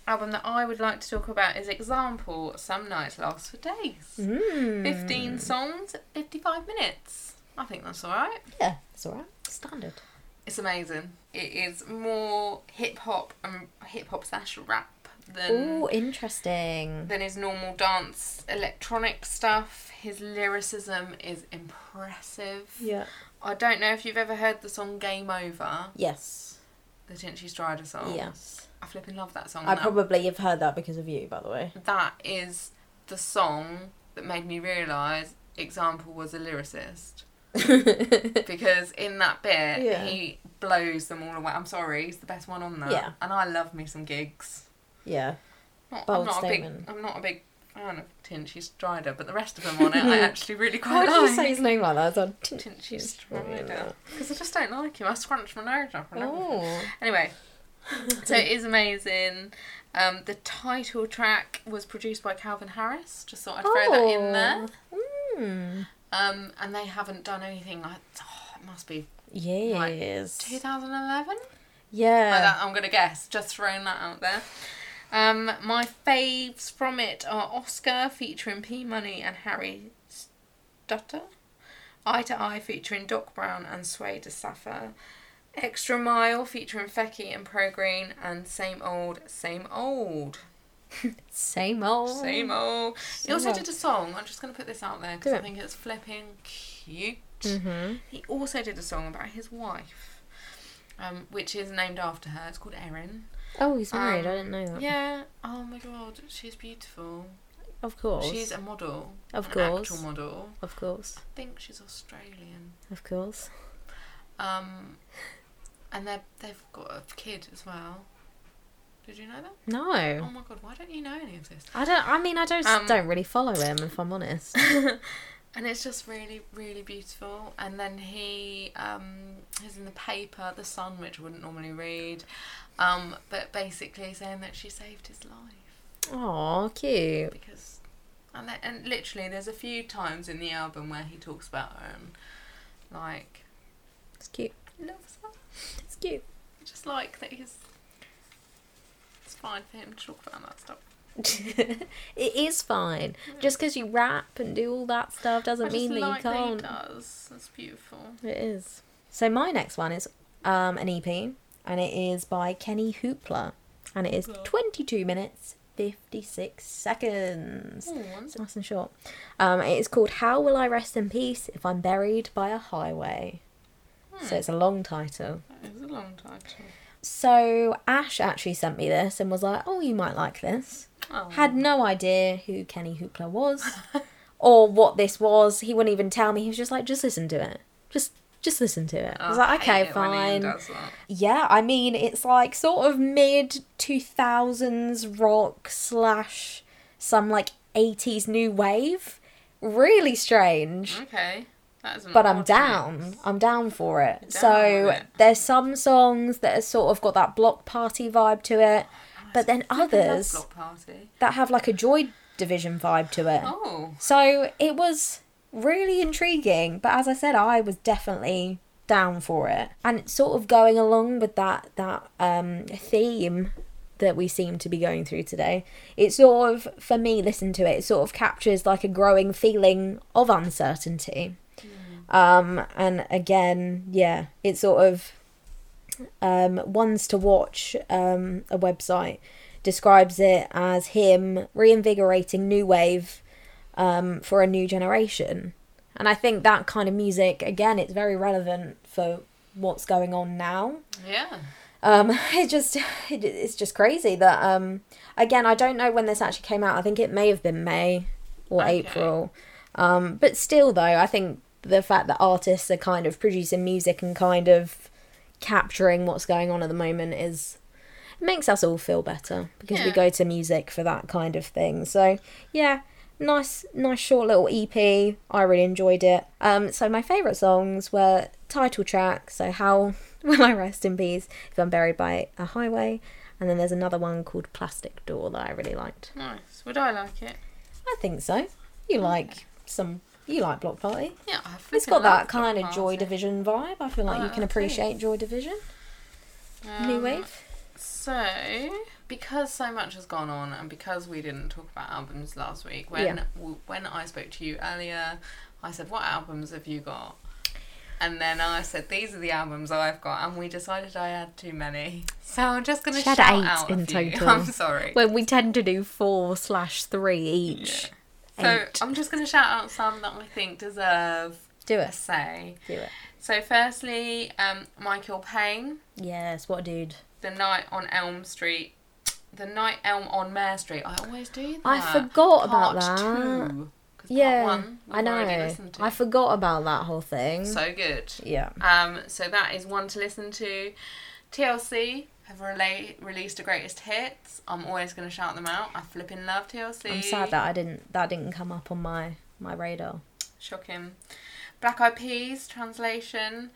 [SPEAKER 2] album that I would like to talk about is Example Some Nights Last for Days.
[SPEAKER 1] Hmm.
[SPEAKER 2] 15 songs, 55 minutes. I think that's alright.
[SPEAKER 1] Yeah, it's alright. Standard.
[SPEAKER 2] It's amazing. It is more hip hop and hip hop slash rap than.
[SPEAKER 1] Ooh, interesting.
[SPEAKER 2] Than his normal dance electronic stuff. His lyricism is impressive.
[SPEAKER 1] Yeah.
[SPEAKER 2] I don't know if you've ever heard the song Game Over,
[SPEAKER 1] Yes.
[SPEAKER 2] the Tinchy Strider song.
[SPEAKER 1] Yes.
[SPEAKER 2] I flipping love that song.
[SPEAKER 1] I
[SPEAKER 2] That-
[SPEAKER 1] probably have heard that because of you, by the way.
[SPEAKER 2] that is the song that made me realise Example was a lyricist. because in that bit,
[SPEAKER 1] Yeah.
[SPEAKER 2] he blows them all away. I'm sorry, he's the best one on that.
[SPEAKER 1] Yeah.
[SPEAKER 2] And I love me some gigs.
[SPEAKER 1] yeah.
[SPEAKER 2] Not, I'm
[SPEAKER 1] Bold
[SPEAKER 2] not
[SPEAKER 1] statement.
[SPEAKER 2] a big. I'm not a big fan of Tinchy Strider, but the rest of them on it, I actually really
[SPEAKER 1] Why
[SPEAKER 2] quite
[SPEAKER 1] did you
[SPEAKER 2] like.
[SPEAKER 1] say his name like that? It's on
[SPEAKER 2] Tinchy Strider? Because I just don't like him. I scrunch my nose up. and everything.
[SPEAKER 1] Oh.
[SPEAKER 2] Anyway, so it is amazing. Um, the title track was produced by Calvin Harris. Just thought I'd throw that
[SPEAKER 1] Oh.
[SPEAKER 2] in there.
[SPEAKER 1] Mm.
[SPEAKER 2] Um, and they haven't done anything like oh, it must be
[SPEAKER 1] Yes.
[SPEAKER 2] 2011.
[SPEAKER 1] yeah.
[SPEAKER 2] Like that, I'm gonna guess. Just throwing that out there. Um, my faves from it are Oscar featuring P Money and Harry Stutter, Eye to Eye featuring Doc Brown and Sway to Safa, Extra Mile featuring Fecky and Pro Green, and Same Old, Same Old,
[SPEAKER 1] Same old.
[SPEAKER 2] uh, Same Old. He
[SPEAKER 1] Same
[SPEAKER 2] also
[SPEAKER 1] old.
[SPEAKER 2] did a song. I'm just gonna put this out there because
[SPEAKER 1] Do
[SPEAKER 2] I
[SPEAKER 1] it.
[SPEAKER 2] think it's flipping cute.
[SPEAKER 1] Mm-hmm.
[SPEAKER 2] He also did a song about his wife, um, which is named after her. It's called Erin.
[SPEAKER 1] Oh, he's married.
[SPEAKER 2] Um,
[SPEAKER 1] I didn't know that.
[SPEAKER 2] Yeah. Oh my god, she's beautiful.
[SPEAKER 1] Of course.
[SPEAKER 2] She's a model.
[SPEAKER 1] Of
[SPEAKER 2] an
[SPEAKER 1] course.
[SPEAKER 2] Actual model.
[SPEAKER 1] Of course.
[SPEAKER 2] I think she's Australian.
[SPEAKER 1] Of course.
[SPEAKER 2] Um, and they they've got a kid as well. Did you know that? Oh
[SPEAKER 1] No.
[SPEAKER 2] my god, why don't you know any of this?
[SPEAKER 1] I don't. I mean, I just
[SPEAKER 2] Um,
[SPEAKER 1] don't really follow him, if I'm honest.
[SPEAKER 2] and it's just really, really beautiful. And then he um, is in the paper, The Sun, which I wouldn't normally read, um, but basically saying that she saved his life.
[SPEAKER 1] Aw, cute.
[SPEAKER 2] because and then, and literally there's a few times in the album where he talks about her and like
[SPEAKER 1] It's cute.
[SPEAKER 2] loves her
[SPEAKER 1] It's cute.
[SPEAKER 2] I just like that he's it's fine for him to talk about that stuff
[SPEAKER 1] it is fine. Just because you rap and do all that stuff
[SPEAKER 2] I
[SPEAKER 1] doesn't
[SPEAKER 2] just
[SPEAKER 1] mean that you
[SPEAKER 2] like that he
[SPEAKER 1] can't.
[SPEAKER 2] does that's beautiful
[SPEAKER 1] It is. So my next one is um, an EP, and it is by Kenny Hoopla, and it is
[SPEAKER 2] Hoopla.
[SPEAKER 1] 22 minutes 56 seconds.
[SPEAKER 2] Ooh, one's-
[SPEAKER 1] It's nice and short. Um, it is called "How Will I Rest in Peace If I'm Buried by a Highway."
[SPEAKER 2] Hmm.
[SPEAKER 1] So it's a long title.
[SPEAKER 2] that is a long title
[SPEAKER 1] So Ash actually sent me this and was like, "Oh, you might like this."
[SPEAKER 2] oh.
[SPEAKER 1] Had no idea who Kenny Hoopla was or what this was. He wouldn't even tell me. He was just like, just listen to it. Just just listen to it. I was
[SPEAKER 2] Oh,
[SPEAKER 1] like, okay,
[SPEAKER 2] hate it when
[SPEAKER 1] fine.
[SPEAKER 2] Ian does that.
[SPEAKER 1] Yeah, I mean, it's like sort of mid 2000s rock slash some like 80s new wave. Really strange.
[SPEAKER 2] Okay, that is an
[SPEAKER 1] But I'm
[SPEAKER 2] odd
[SPEAKER 1] down.
[SPEAKER 2] mix.
[SPEAKER 1] I'm down for it.
[SPEAKER 2] You're down
[SPEAKER 1] so
[SPEAKER 2] with it.
[SPEAKER 1] there's some songs that are sort of got that block party vibe to it,
[SPEAKER 2] Oh,
[SPEAKER 1] but then
[SPEAKER 2] I love
[SPEAKER 1] others
[SPEAKER 2] Block Party.
[SPEAKER 1] that have like a Joy Division vibe to it.
[SPEAKER 2] Oh,
[SPEAKER 1] So it was really intriguing, but as I said, I was definitely down for it. And it's sort of going along with that that um theme that we seem to be going through today. It sort of for me listen to it, it sort of captures like a growing feeling of uncertainty. Um and again, yeah, it sort of um ones to watch um a website describes it as him reinvigorating new wave um, for a new generation. And I think that kind of music, again, it's very relevant for what's going on now.
[SPEAKER 2] yeah.
[SPEAKER 1] Um, it just, it, it's just crazy that, um, again, I don't know when this actually came out. I think it may have been May or
[SPEAKER 2] Okay.
[SPEAKER 1] April. Um, but still, though, I think the fact that artists are kind of producing music and kind of capturing what's going on at the moment is it makes us all feel better because we
[SPEAKER 2] Yeah.
[SPEAKER 1] go to music for that kind of thing. So yeah, nice nice short little EP. I really enjoyed it. Um, so my favourite songs were title track, so how will I rest in peace if I'm buried by a highway, and then there's another one called Plastic Door that I really liked.
[SPEAKER 2] Nice. Would I like it?
[SPEAKER 1] I think so. You like some. You like Block Party.
[SPEAKER 2] Yeah, I
[SPEAKER 1] It's
[SPEAKER 2] freaking
[SPEAKER 1] got that
[SPEAKER 2] love Block
[SPEAKER 1] kind of Joy
[SPEAKER 2] Party.
[SPEAKER 1] Division vibe. I feel like
[SPEAKER 2] Oh,
[SPEAKER 1] you can
[SPEAKER 2] I see.
[SPEAKER 1] appreciate Joy Division. New
[SPEAKER 2] Um,
[SPEAKER 1] Wave.
[SPEAKER 2] So, because so much has gone on, and because we didn't talk about albums last week, when
[SPEAKER 1] Yeah.
[SPEAKER 2] w- when I spoke to you earlier, I said, "What albums have you got?" And then I said, "These are the albums I've got," and we decided I had too many. So I'm just going to
[SPEAKER 1] She had
[SPEAKER 2] shout
[SPEAKER 1] eight
[SPEAKER 2] out a
[SPEAKER 1] in
[SPEAKER 2] few.
[SPEAKER 1] total.
[SPEAKER 2] I'm sorry.
[SPEAKER 1] When we tend to do four slash three each.
[SPEAKER 2] So
[SPEAKER 1] Eight.
[SPEAKER 2] I'm just going to shout out some that I think deserve
[SPEAKER 1] Do
[SPEAKER 2] a
[SPEAKER 1] it.
[SPEAKER 2] say.
[SPEAKER 1] Do it.
[SPEAKER 2] So, firstly, um, Michael Payne.
[SPEAKER 1] Yes, what a dude.
[SPEAKER 2] the night on Elm Street. The night Elm on Mare Street. I always do that.
[SPEAKER 1] I forgot about that.
[SPEAKER 2] Part Two, 'Cause
[SPEAKER 1] Yeah,
[SPEAKER 2] Part one, we've
[SPEAKER 1] I
[SPEAKER 2] Already
[SPEAKER 1] know.
[SPEAKER 2] listened to.
[SPEAKER 1] I forgot about that whole thing.
[SPEAKER 2] so good.
[SPEAKER 1] yeah.
[SPEAKER 2] Um, so that is one to listen to. TLC have rela- released the greatest hits. I'm always going to shout them out. I flipping love TLC.
[SPEAKER 1] I'm sad that I didn't that didn't come up on my my radar.
[SPEAKER 2] Shocking. Black Eyed Peas translation.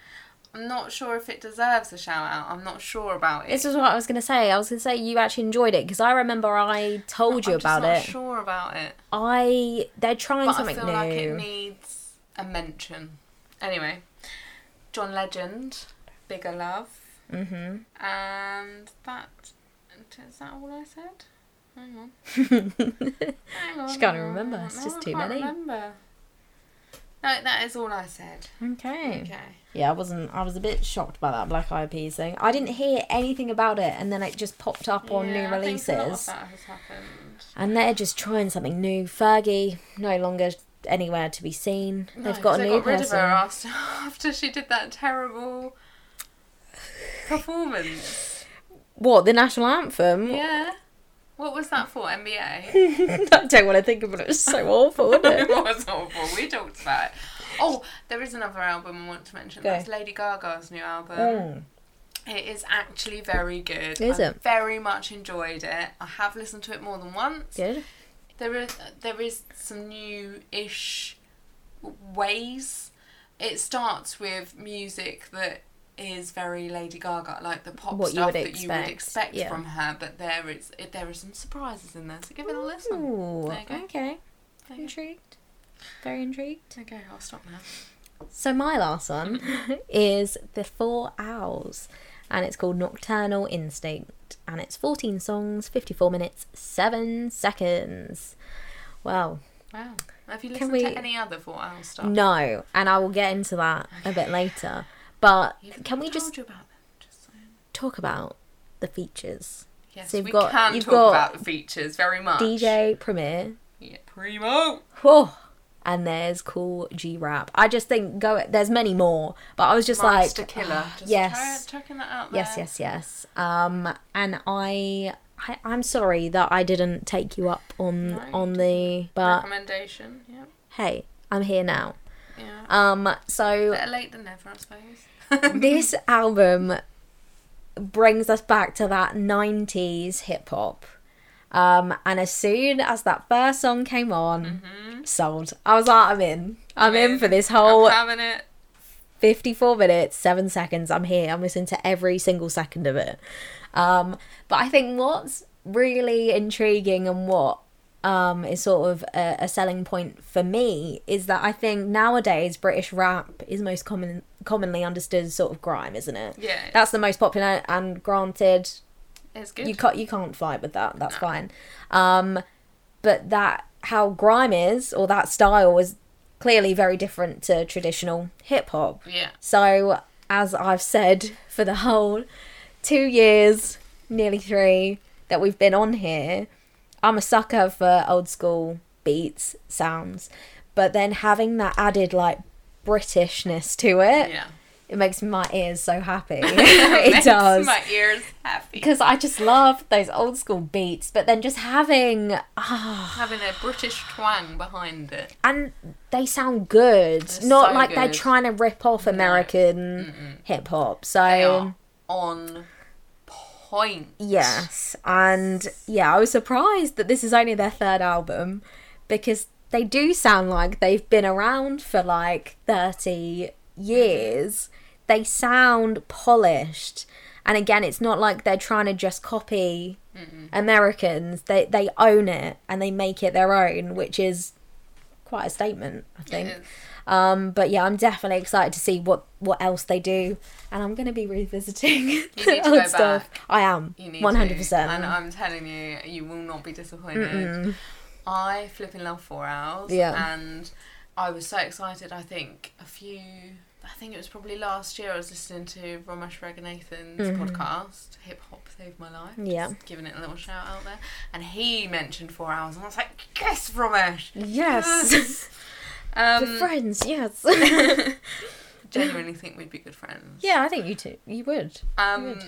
[SPEAKER 2] I'm not sure if it deserves a shout out. I'm not sure about it.
[SPEAKER 1] This is what I was gonna say. I was gonna say you actually enjoyed it because I remember I told you
[SPEAKER 2] I'm just
[SPEAKER 1] about
[SPEAKER 2] not
[SPEAKER 1] it.
[SPEAKER 2] Sure about it.
[SPEAKER 1] I they're trying
[SPEAKER 2] But I
[SPEAKER 1] something
[SPEAKER 2] feel
[SPEAKER 1] new.
[SPEAKER 2] like it needs a mention. Anyway, John Legend, Bigger Love, and that is that all I said? Hang on,
[SPEAKER 1] mm-hmm.
[SPEAKER 2] hang on.
[SPEAKER 1] Just can't
[SPEAKER 2] hang on,
[SPEAKER 1] remember,
[SPEAKER 2] hang on. Oh,
[SPEAKER 1] it's just
[SPEAKER 2] I
[SPEAKER 1] too
[SPEAKER 2] can't
[SPEAKER 1] many.
[SPEAKER 2] Remember. No, that is all I said.
[SPEAKER 1] okay.
[SPEAKER 2] Okay.
[SPEAKER 1] Yeah, I wasn't. I was a bit shocked by that Black Eyed Peas thing. I didn't hear anything about it, and then it just popped up on new
[SPEAKER 2] Yeah, I think a lot of
[SPEAKER 1] releases.
[SPEAKER 2] that has happened.
[SPEAKER 1] And they're just trying something new. Fergie no longer anywhere to be seen.
[SPEAKER 2] No,
[SPEAKER 1] They've got
[SPEAKER 2] 'cause
[SPEAKER 1] a
[SPEAKER 2] they
[SPEAKER 1] new
[SPEAKER 2] got rid
[SPEAKER 1] person.
[SPEAKER 2] of her after, after she did that terrible performance.
[SPEAKER 1] What the national anthem?
[SPEAKER 2] Yeah. What was that for? NBA.
[SPEAKER 1] I don't want to think of it. It was so awful, wasn't
[SPEAKER 2] it
[SPEAKER 1] it?
[SPEAKER 2] was awful. We talked about it. Oh, there is another album I want to mention.
[SPEAKER 1] Go.
[SPEAKER 2] That's Lady Gaga's new album.
[SPEAKER 1] Mm.
[SPEAKER 2] It is actually very good.
[SPEAKER 1] Is
[SPEAKER 2] I
[SPEAKER 1] it?
[SPEAKER 2] very much enjoyed it. I have listened to it more than once.
[SPEAKER 1] Good.
[SPEAKER 2] There is there is some new ish ways. It starts with music that is very Lady Gaga, like the pop
[SPEAKER 1] What you
[SPEAKER 2] stuff
[SPEAKER 1] would
[SPEAKER 2] that you would
[SPEAKER 1] expect,
[SPEAKER 2] expect
[SPEAKER 1] yeah.
[SPEAKER 2] from her. But there is it, there are some surprises in there, so give it a listen.
[SPEAKER 1] Ooh,
[SPEAKER 2] There you go.
[SPEAKER 1] okay.
[SPEAKER 2] There you go.
[SPEAKER 1] Intrigued. Very intrigued.
[SPEAKER 2] Okay, I'll stop now.
[SPEAKER 1] So my last one is The Four Owls, and it's called Nocturnal Instinct, and it's 14 songs, 54 minutes, 7 seconds. Well,
[SPEAKER 2] Wow. Have you
[SPEAKER 1] Can
[SPEAKER 2] listened
[SPEAKER 1] we-
[SPEAKER 2] to any other Four Hour stuff?
[SPEAKER 1] no, and I will get into that a bit later, but can we just
[SPEAKER 2] told you about them? Just saying.
[SPEAKER 1] talk about the features?
[SPEAKER 2] Yes,
[SPEAKER 1] So you've
[SPEAKER 2] we
[SPEAKER 1] got-
[SPEAKER 2] can
[SPEAKER 1] you've
[SPEAKER 2] talk
[SPEAKER 1] got
[SPEAKER 2] about the features very much.
[SPEAKER 1] DJ Premier,
[SPEAKER 2] Yeah, primo.
[SPEAKER 1] whew, and there's Cool G Rap. I just think go. There's many more, but I was just
[SPEAKER 2] Monster
[SPEAKER 1] like,
[SPEAKER 2] Killer. Just
[SPEAKER 1] yes.
[SPEAKER 2] Try, chucking that out there.
[SPEAKER 1] Yes, yes, yes. Um, and I, I, I'm sorry that I didn't take you up on
[SPEAKER 2] No, you
[SPEAKER 1] on the, but
[SPEAKER 2] Recommendation. Yeah.
[SPEAKER 1] hey, I'm here now.
[SPEAKER 2] Yeah.
[SPEAKER 1] Um, so
[SPEAKER 2] Better late than never, I suppose.
[SPEAKER 1] this album brings us back to that 90s hip hop. Um, and as soon as that first song came on, sold. I was like, I'm in. I'm in for this whole
[SPEAKER 2] Mm-hmm. I'm having it.
[SPEAKER 1] 54 minutes, 7 seconds. I'm here. I'm listening to every single second of it. Um, but I think what's really intriguing and what um, is sort of a, a selling point for me is that I think nowadays British rap is most common, commonly understood as sort of grime, isn't it?
[SPEAKER 2] Yeah.
[SPEAKER 1] That's the most popular, and granted,
[SPEAKER 2] It's good.
[SPEAKER 1] you can't you can't fight with that. That's fine. Um, but that how grime is or that style is clearly very different to traditional hip hop.
[SPEAKER 2] yeah.
[SPEAKER 1] So as I've said for the whole two years, nearly three that we've been on here, I'm a sucker for old school beats sounds, but then having that added like Britishness to it,
[SPEAKER 2] Yeah.
[SPEAKER 1] it makes my ears so happy. it
[SPEAKER 2] Makes
[SPEAKER 1] does
[SPEAKER 2] My ears happy.
[SPEAKER 1] because I just love those old school beats, but then just having ah,
[SPEAKER 2] Having a British twang behind it.
[SPEAKER 1] and they sound good,
[SPEAKER 2] They're
[SPEAKER 1] not
[SPEAKER 2] so
[SPEAKER 1] like they're
[SPEAKER 2] good.
[SPEAKER 1] trying to rip off American hip hop.
[SPEAKER 2] They
[SPEAKER 1] So
[SPEAKER 2] are on point.
[SPEAKER 1] yes, and yeah, I was surprised that this is only their third album because they do sound like they've been around for like thirty years. They sound polished. And again, it's not like they're trying to just copy Americans. They they own it and they make it their own, which is quite a statement, I think.
[SPEAKER 2] is.
[SPEAKER 1] Um, but yeah, I'm definitely excited to see what what else they do, and I'm going to be revisiting
[SPEAKER 2] You need to go back.
[SPEAKER 1] I am
[SPEAKER 2] You need
[SPEAKER 1] one hundred
[SPEAKER 2] to. And
[SPEAKER 1] percent.
[SPEAKER 2] I'm telling you, you will not be disappointed. I flipping love Four Hours.
[SPEAKER 1] Yeah.
[SPEAKER 2] And I was so excited. I think a few, I think it was probably last year, I was listening to Ramesh Raghunathan's podcast, Hip Hop Saved My Life. just
[SPEAKER 1] Mm-hmm. Yeah.
[SPEAKER 2] giving it a little shout out there. And he mentioned Four Hours. And I was like, yes, Ramesh.
[SPEAKER 1] Yes,
[SPEAKER 2] Um,
[SPEAKER 1] the friends. Yes.
[SPEAKER 2] genuinely think we'd be good friends.
[SPEAKER 1] yeah, I think you too. You would.
[SPEAKER 2] Um,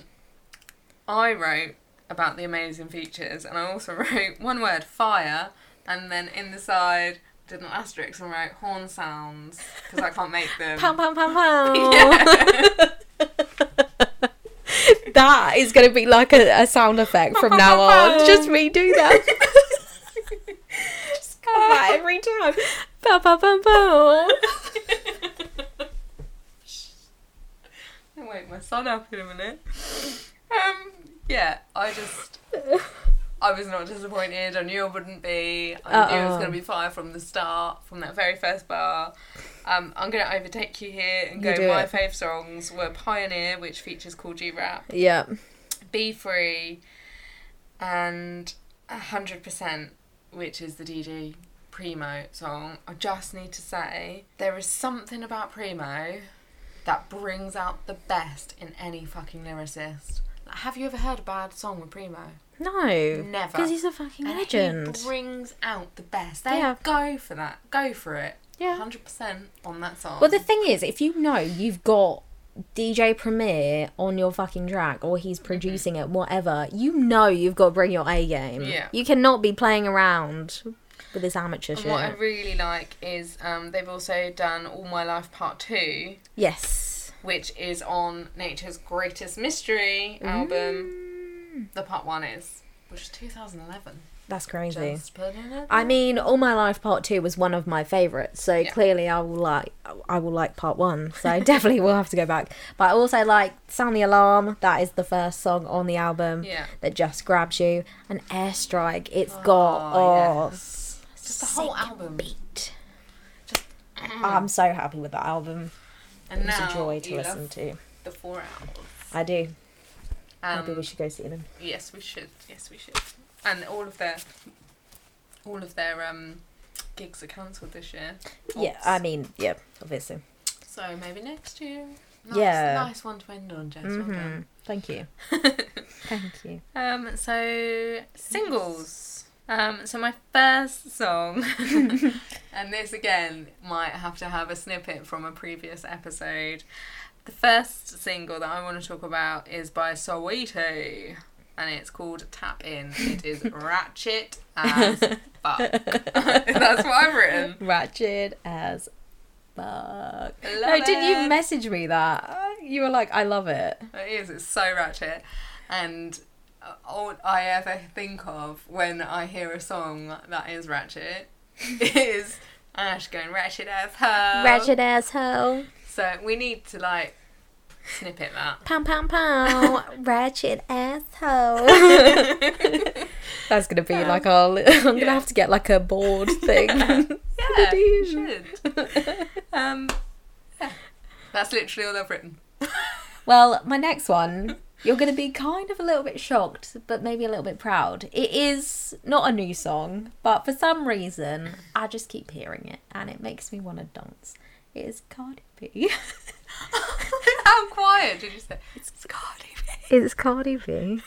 [SPEAKER 2] I wrote about the amazing features, and I also wrote one word fire, and then in the side did an asterisk and wrote horn sounds because I can't make them.
[SPEAKER 1] Pow pow pow pow.
[SPEAKER 2] Um, Yeah.
[SPEAKER 1] that is going to be like a, a sound effect from now on. Just me do that. Just come back every time. Pow pow pow pow.
[SPEAKER 2] I'll wake my son up in a minute. Um, yeah, I just. I was not disappointed. I knew I wouldn't be. I knew it was
[SPEAKER 1] Uh-oh.
[SPEAKER 2] going to be fire from the start, from that very first bar. Um, I'm going to overtake you here and
[SPEAKER 1] You
[SPEAKER 2] go.
[SPEAKER 1] do
[SPEAKER 2] My
[SPEAKER 1] it.
[SPEAKER 2] fave songs were Pioneer, which features Cool G Rap,
[SPEAKER 1] yeah.
[SPEAKER 2] Be Free, and 100%, which is the DD Primo song. I just need to say there is something about Primo that brings out the best in any fucking lyricist. Like, Have you ever heard a bad song with Primo?
[SPEAKER 1] No.
[SPEAKER 2] Never.
[SPEAKER 1] Because he's a fucking
[SPEAKER 2] And
[SPEAKER 1] legend.
[SPEAKER 2] He brings out the best. They
[SPEAKER 1] Yeah.
[SPEAKER 2] go for that. Go for it.
[SPEAKER 1] Yeah.
[SPEAKER 2] 100% on that song.
[SPEAKER 1] Well, the thing is, if you know you've got DJ Premier on your fucking track or he's
[SPEAKER 2] Mm-hmm.
[SPEAKER 1] producing it, whatever, you know you've got to bring your A game.
[SPEAKER 2] Yeah.
[SPEAKER 1] You cannot be playing around with this amateur
[SPEAKER 2] and
[SPEAKER 1] shit.
[SPEAKER 2] what I really like is um, they've also done All My Life Part 2,
[SPEAKER 1] Yes.
[SPEAKER 2] which is on Nature's Greatest Mystery
[SPEAKER 1] Mm.
[SPEAKER 2] album. The Part 1 is, which is 2011.
[SPEAKER 1] That's crazy.
[SPEAKER 2] Just putting it
[SPEAKER 1] I mean, All My Life Part Two was one of my favourites, so
[SPEAKER 2] Yeah.
[SPEAKER 1] clearly I will like I will like Part One. So I definitely will have to go back. But I also like Sound the Alarm. That is the first song on the album
[SPEAKER 2] Yeah.
[SPEAKER 1] that just grabs you. And Airstrike, it's got
[SPEAKER 2] Oh,
[SPEAKER 1] oh,
[SPEAKER 2] yes. Just the whole
[SPEAKER 1] sick
[SPEAKER 2] album.
[SPEAKER 1] beat. I'm so happy with that album.
[SPEAKER 2] And
[SPEAKER 1] It's
[SPEAKER 2] now
[SPEAKER 1] a joy to
[SPEAKER 2] you
[SPEAKER 1] listen
[SPEAKER 2] love
[SPEAKER 1] to.
[SPEAKER 2] the four hours.
[SPEAKER 1] I do. Maybe
[SPEAKER 2] Um,
[SPEAKER 1] we should go see them.
[SPEAKER 2] Yes, we should. Yes, we should. And all of their, all of their um, gigs are cancelled this year.
[SPEAKER 1] Yeah, I mean, yeah, obviously.
[SPEAKER 2] So maybe next year. Nice,
[SPEAKER 1] Yeah.
[SPEAKER 2] Nice one to end on, Jess. well
[SPEAKER 1] Mhm. Thank you.
[SPEAKER 2] done.
[SPEAKER 1] Thank you.
[SPEAKER 2] um. So singles. Um. So my first song, and this again might have to have a snippet from a previous episode. The first single that I want to talk about is by Soweto. and it's called Tap In. It is ratchet as fuck. That's what I've written.
[SPEAKER 1] Ratchet as fuck.
[SPEAKER 2] Love
[SPEAKER 1] no, didn't you
[SPEAKER 2] it.
[SPEAKER 1] message me that? You were like, I love it.
[SPEAKER 2] It is. It's so ratchet. And uh, all I ever think of when I hear a song that is ratchet is Ash going ratchet as hell.
[SPEAKER 1] Ratchet asshole.
[SPEAKER 2] So we need to like snippet that.
[SPEAKER 1] Pow, pow, pow. Ratchet asshole. That's going to be like our. li- I'm going to
[SPEAKER 2] Yeah.
[SPEAKER 1] have to get like a board thing.
[SPEAKER 2] yeah, you should. Um, yeah. That's literally all I've written.
[SPEAKER 1] Well, my next one, you're going to be kind of a little bit shocked, but maybe a little bit proud. It is not a new song, but for some reason, I just keep hearing it and it makes me want to dance. It is Cardi B.
[SPEAKER 2] How quiet did you say? It's Cardi B.
[SPEAKER 1] it's Cardi B,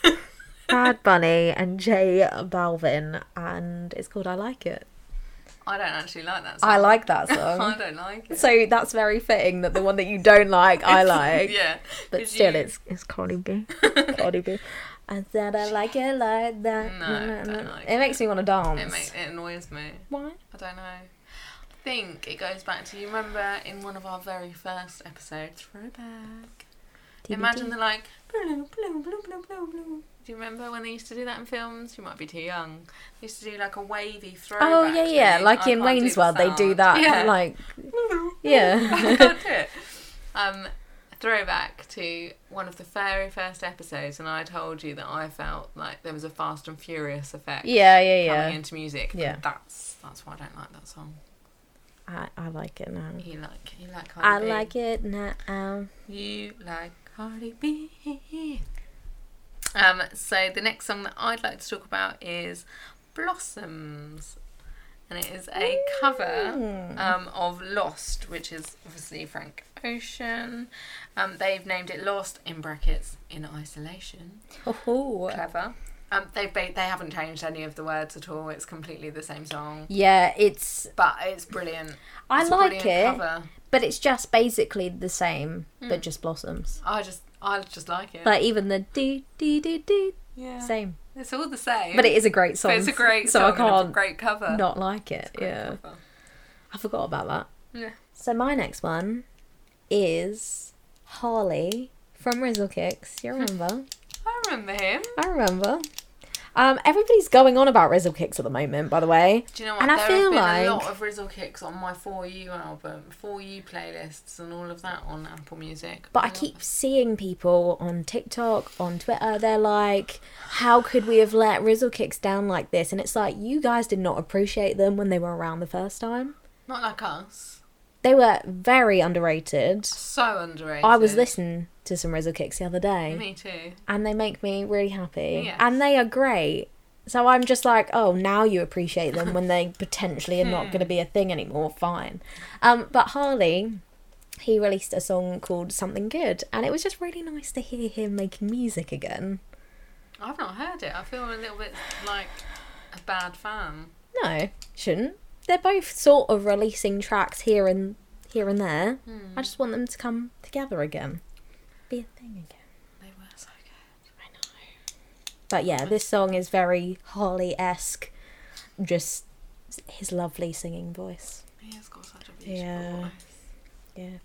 [SPEAKER 1] Bad Bunny, and Jay Balvin, and it's called I Like It.
[SPEAKER 2] I don't actually like that song.
[SPEAKER 1] I like that
[SPEAKER 2] I
[SPEAKER 1] song.
[SPEAKER 2] don't like it.
[SPEAKER 1] so that's very fitting that the one that you don't like, I like.
[SPEAKER 2] yeah.
[SPEAKER 1] But
[SPEAKER 2] Did
[SPEAKER 1] still,
[SPEAKER 2] you-
[SPEAKER 1] it's it's Cardi B. Cardi B. I said I like it like that.
[SPEAKER 2] No, I don't like
[SPEAKER 1] it makes me want to dance.
[SPEAKER 2] It, ma- it annoys me.
[SPEAKER 1] Why?
[SPEAKER 2] I don't know. I think it goes back to you remember in one of our very first episodes, throwback. Imagine the like blue, blue, blue, blue, blue, blue. Do you remember when they used to do that in films? You might be too young. They used to do like a wavy throwback.
[SPEAKER 1] Oh yeah, yeah.
[SPEAKER 2] thing.
[SPEAKER 1] Like
[SPEAKER 2] I
[SPEAKER 1] in
[SPEAKER 2] can't do
[SPEAKER 1] Wayne's
[SPEAKER 2] the
[SPEAKER 1] World, they do
[SPEAKER 2] sound.
[SPEAKER 1] that.
[SPEAKER 2] Yeah.
[SPEAKER 1] Like yeah.
[SPEAKER 2] I can't do it. Um, throwback to one of the very first episodes, and I told you that I felt like there was a Fast and Furious effect
[SPEAKER 1] yeah, yeah,
[SPEAKER 2] coming
[SPEAKER 1] yeah.
[SPEAKER 2] into music.
[SPEAKER 1] Yeah.
[SPEAKER 2] that's that's why I don't like that song.
[SPEAKER 1] I, I like it now.
[SPEAKER 2] You like you like Cardi
[SPEAKER 1] I
[SPEAKER 2] B.
[SPEAKER 1] like it now.
[SPEAKER 2] You like Cardi B. Um, so the next song that I'd like to talk about is Blossoms. And it is a cover
[SPEAKER 1] Ooh.
[SPEAKER 2] um, of Lost, which is obviously Frank Ocean. Um, they've named it Lost in brackets in isolation.
[SPEAKER 1] Oh.
[SPEAKER 2] Clever. Um, they ba- they haven't changed any of the words at all. It's completely the same song,
[SPEAKER 1] Yeah, it's
[SPEAKER 2] but it's brilliant.
[SPEAKER 1] I
[SPEAKER 2] It's a
[SPEAKER 1] like it,
[SPEAKER 2] brilliant Cover. Hmm.
[SPEAKER 1] but it's just basically the same, but just blossoms.
[SPEAKER 2] I just I just like it.
[SPEAKER 1] Like even the do do do do
[SPEAKER 2] yeah,
[SPEAKER 1] same,
[SPEAKER 2] it's all the same.
[SPEAKER 1] but it is a great song.
[SPEAKER 2] But it's a great
[SPEAKER 1] so
[SPEAKER 2] song
[SPEAKER 1] I
[SPEAKER 2] and a
[SPEAKER 1] can't
[SPEAKER 2] great cover.
[SPEAKER 1] not like it.
[SPEAKER 2] Great
[SPEAKER 1] Yeah,
[SPEAKER 2] cover.
[SPEAKER 1] I forgot about that.
[SPEAKER 2] Yeah.
[SPEAKER 1] So my next one is Harley from Rizzle Kicks. You remember?
[SPEAKER 2] I remember him.
[SPEAKER 1] I remember. Um, everybody's going on about Rizzle Kicks at the moment, by the way.
[SPEAKER 2] Do you know what?
[SPEAKER 1] And I
[SPEAKER 2] there
[SPEAKER 1] feel
[SPEAKER 2] have been
[SPEAKER 1] like-
[SPEAKER 2] a lot of Rizzle kicks on my For You album, For You playlists, and all of that on Apple Music.
[SPEAKER 1] But I
[SPEAKER 2] love-
[SPEAKER 1] keep seeing people on TikTok, on Twitter, they're like, how could we have let Rizzle Kicks down like this? And it's like, you guys did not appreciate them when they were around the first time.
[SPEAKER 2] not like us.
[SPEAKER 1] They were very underrated.
[SPEAKER 2] So underrated.
[SPEAKER 1] I was listening to some Rizzle Kicks the other day,
[SPEAKER 2] Me too.
[SPEAKER 1] and they make me really happy.
[SPEAKER 2] Yes.
[SPEAKER 1] And they are great. So I'm just like, oh, now you appreciate them when they potentially are not going to be a thing anymore. Fine. Um, but Harley, he released a song called Something Good, and it was just really nice to hear him making music again.
[SPEAKER 2] I've not heard it. I feel a little bit like a bad fan.
[SPEAKER 1] No, shouldn't. They're both sort of releasing tracks here and here and there. I just want them to come together again, be a thing again.
[SPEAKER 2] They were so good. I know.
[SPEAKER 1] But yeah, this song is very Harley esque, just his lovely singing voice.
[SPEAKER 2] He has got such a beautiful
[SPEAKER 1] Yeah.
[SPEAKER 2] voice.
[SPEAKER 1] Yeah,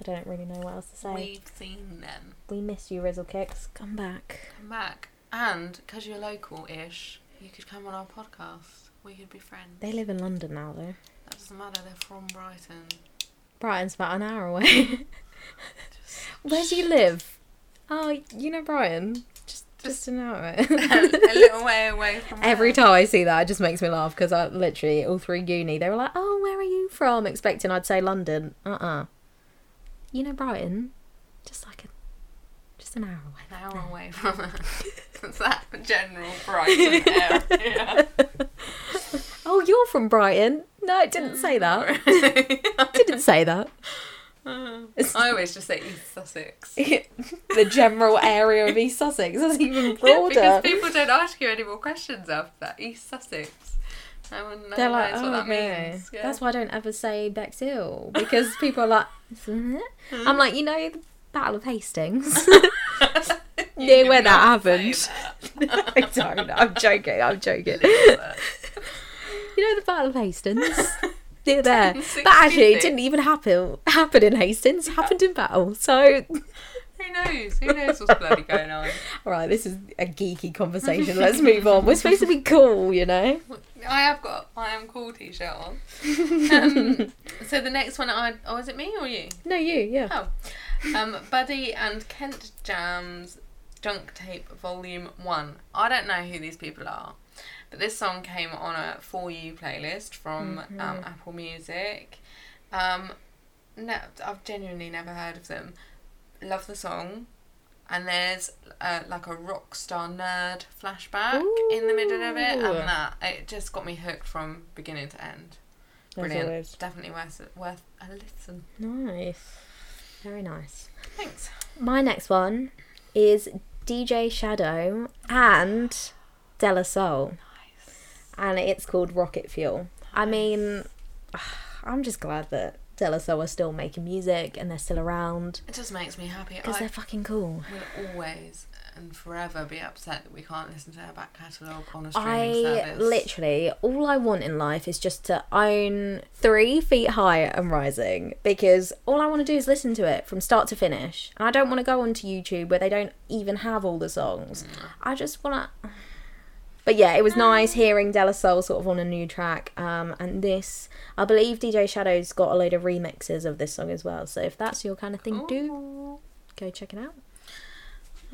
[SPEAKER 1] I don't really know what else to say. We,
[SPEAKER 2] We've seen them
[SPEAKER 1] miss you, Rizzle Kicks. Come back.
[SPEAKER 2] come back, and because you're local-ish, you could come on our podcast. We could be friends.
[SPEAKER 1] They live in London now, though.
[SPEAKER 2] That doesn't matter, they're from Brighton.
[SPEAKER 1] Brighton's about an hour away. Where do you live? Oh, you know Brighton. Just just an hour.
[SPEAKER 2] a little way away from
[SPEAKER 1] Every
[SPEAKER 2] where?
[SPEAKER 1] time I see that, it just makes me laugh because I literally all through uni they were like, "Oh, where are you from?" Expecting I'd say London. Uh uh You know Brighton, just like a, just an hour away.
[SPEAKER 2] An hour away from us. Is that the general Brighton area?
[SPEAKER 1] Oh, you're from Brighton? No, it didn't say that. didn't say that.
[SPEAKER 2] I always just say East Sussex.
[SPEAKER 1] the general area of East Sussex is even
[SPEAKER 2] Yeah, because
[SPEAKER 1] broader.
[SPEAKER 2] people don't ask you any more questions after that. East Sussex. No one knows
[SPEAKER 1] They're like,
[SPEAKER 2] what
[SPEAKER 1] oh,
[SPEAKER 2] that
[SPEAKER 1] okay.
[SPEAKER 2] means. Yeah.
[SPEAKER 1] That's why I don't ever say Bexhill because Mm. people are like, I'm like, you know, the Battle of Hastings. near where
[SPEAKER 2] did
[SPEAKER 1] that
[SPEAKER 2] not say
[SPEAKER 1] happened.
[SPEAKER 2] that.
[SPEAKER 1] I don't. I'm joking. I'm joking.
[SPEAKER 2] Believe that.
[SPEAKER 1] You know the Battle of Hastings? Near there. But
[SPEAKER 2] 1066.
[SPEAKER 1] actually, it didn't even happen happen in Hastings. It happened in battle. So,
[SPEAKER 2] Who knows? Who knows what's bloody going on?
[SPEAKER 1] all right, this is a geeky conversation. Let's move on. We're supposed to be cool, you know.
[SPEAKER 2] I have got I am cool t-shirt on. Um, so the next one, I oh, is it me or you?
[SPEAKER 1] No, you. Yeah.
[SPEAKER 2] Oh, um, Buddy and Kent Jams, Junk Tape Volume One. I don't know who these people are, but this song came on a for you playlist from um,
[SPEAKER 1] Mm-hmm.
[SPEAKER 2] Apple Music. Um, no, I've genuinely never heard of them. Love the song. And there's uh, like a rock star nerd flashback in the middle of it,
[SPEAKER 1] Ooh.
[SPEAKER 2] and that it just got me hooked from beginning to end.
[SPEAKER 1] As
[SPEAKER 2] Brilliant,
[SPEAKER 1] always.
[SPEAKER 2] definitely worth worth a listen.
[SPEAKER 1] Nice. Very nice.
[SPEAKER 2] Thanks.
[SPEAKER 1] My next one is DJ Shadow and Della Soul. And it's called Rocket Fuel. I mean, I'm just glad that Della Soul are still making music and they're still around
[SPEAKER 2] It just makes me happy.
[SPEAKER 1] because
[SPEAKER 2] I
[SPEAKER 1] they're fucking cool.
[SPEAKER 2] will always and forever be upset that we can't listen to her back catalogue on a streaming
[SPEAKER 1] I
[SPEAKER 2] service.
[SPEAKER 1] literally, all I want in life is just to own Three Feet High and Rising because all I want to do is listen to it from start to finish. And I don't want to go onto YouTube where they don't even have all the songs.
[SPEAKER 2] Mm.
[SPEAKER 1] I just want to. But yeah, it was nice hearing Della Soul sort of on a new track. Um, and this, I believe DJ Shadow's got a load of remixes of this song as well. So if that's your kind of thing, do
[SPEAKER 2] Ooh.
[SPEAKER 1] go check it out.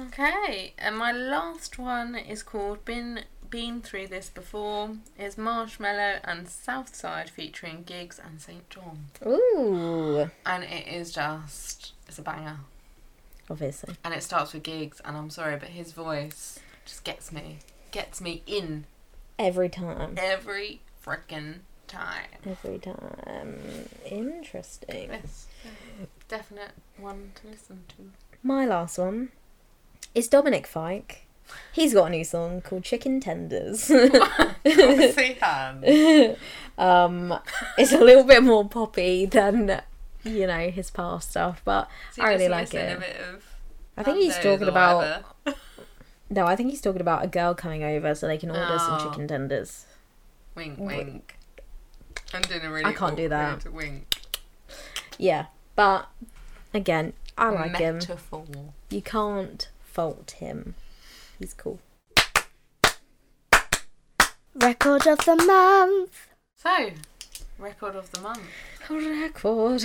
[SPEAKER 2] Okay, and my last one is called "Been Been Through This Before." Is Marshmallow and Southside featuring Gigs and St John,
[SPEAKER 1] Ooh,
[SPEAKER 2] and it is just it's a banger.
[SPEAKER 1] obviously.
[SPEAKER 2] And it starts with Gigs, and I'm sorry, but his voice just gets me, gets me in
[SPEAKER 1] Every time.
[SPEAKER 2] every freaking time.
[SPEAKER 1] Every time. Interesting.
[SPEAKER 2] Yes. Definite one to listen to.
[SPEAKER 1] My last one is Dominic Fike. He's got a new song called Chicken Tenders.
[SPEAKER 2] Obviously, Han.
[SPEAKER 1] um, it's a little bit more poppy than, you know, his past stuff, but I really like
[SPEAKER 2] A
[SPEAKER 1] it.
[SPEAKER 2] bit of
[SPEAKER 1] I think he's
[SPEAKER 2] Nando's
[SPEAKER 1] talking
[SPEAKER 2] or
[SPEAKER 1] about.
[SPEAKER 2] whatever.
[SPEAKER 1] No, I think he's talking about a girl coming over so they can order some
[SPEAKER 2] Oh.
[SPEAKER 1] chicken tenders.
[SPEAKER 2] Wink,
[SPEAKER 1] Wink.
[SPEAKER 2] wink. I'm doing a really
[SPEAKER 1] I can't do
[SPEAKER 2] awkward
[SPEAKER 1] that.
[SPEAKER 2] Wink.
[SPEAKER 1] Yeah, but again, I like him.
[SPEAKER 2] Metaphor.
[SPEAKER 1] You can't fault him. He's cool.
[SPEAKER 3] Record of the month.
[SPEAKER 2] So, record of the month.
[SPEAKER 1] Record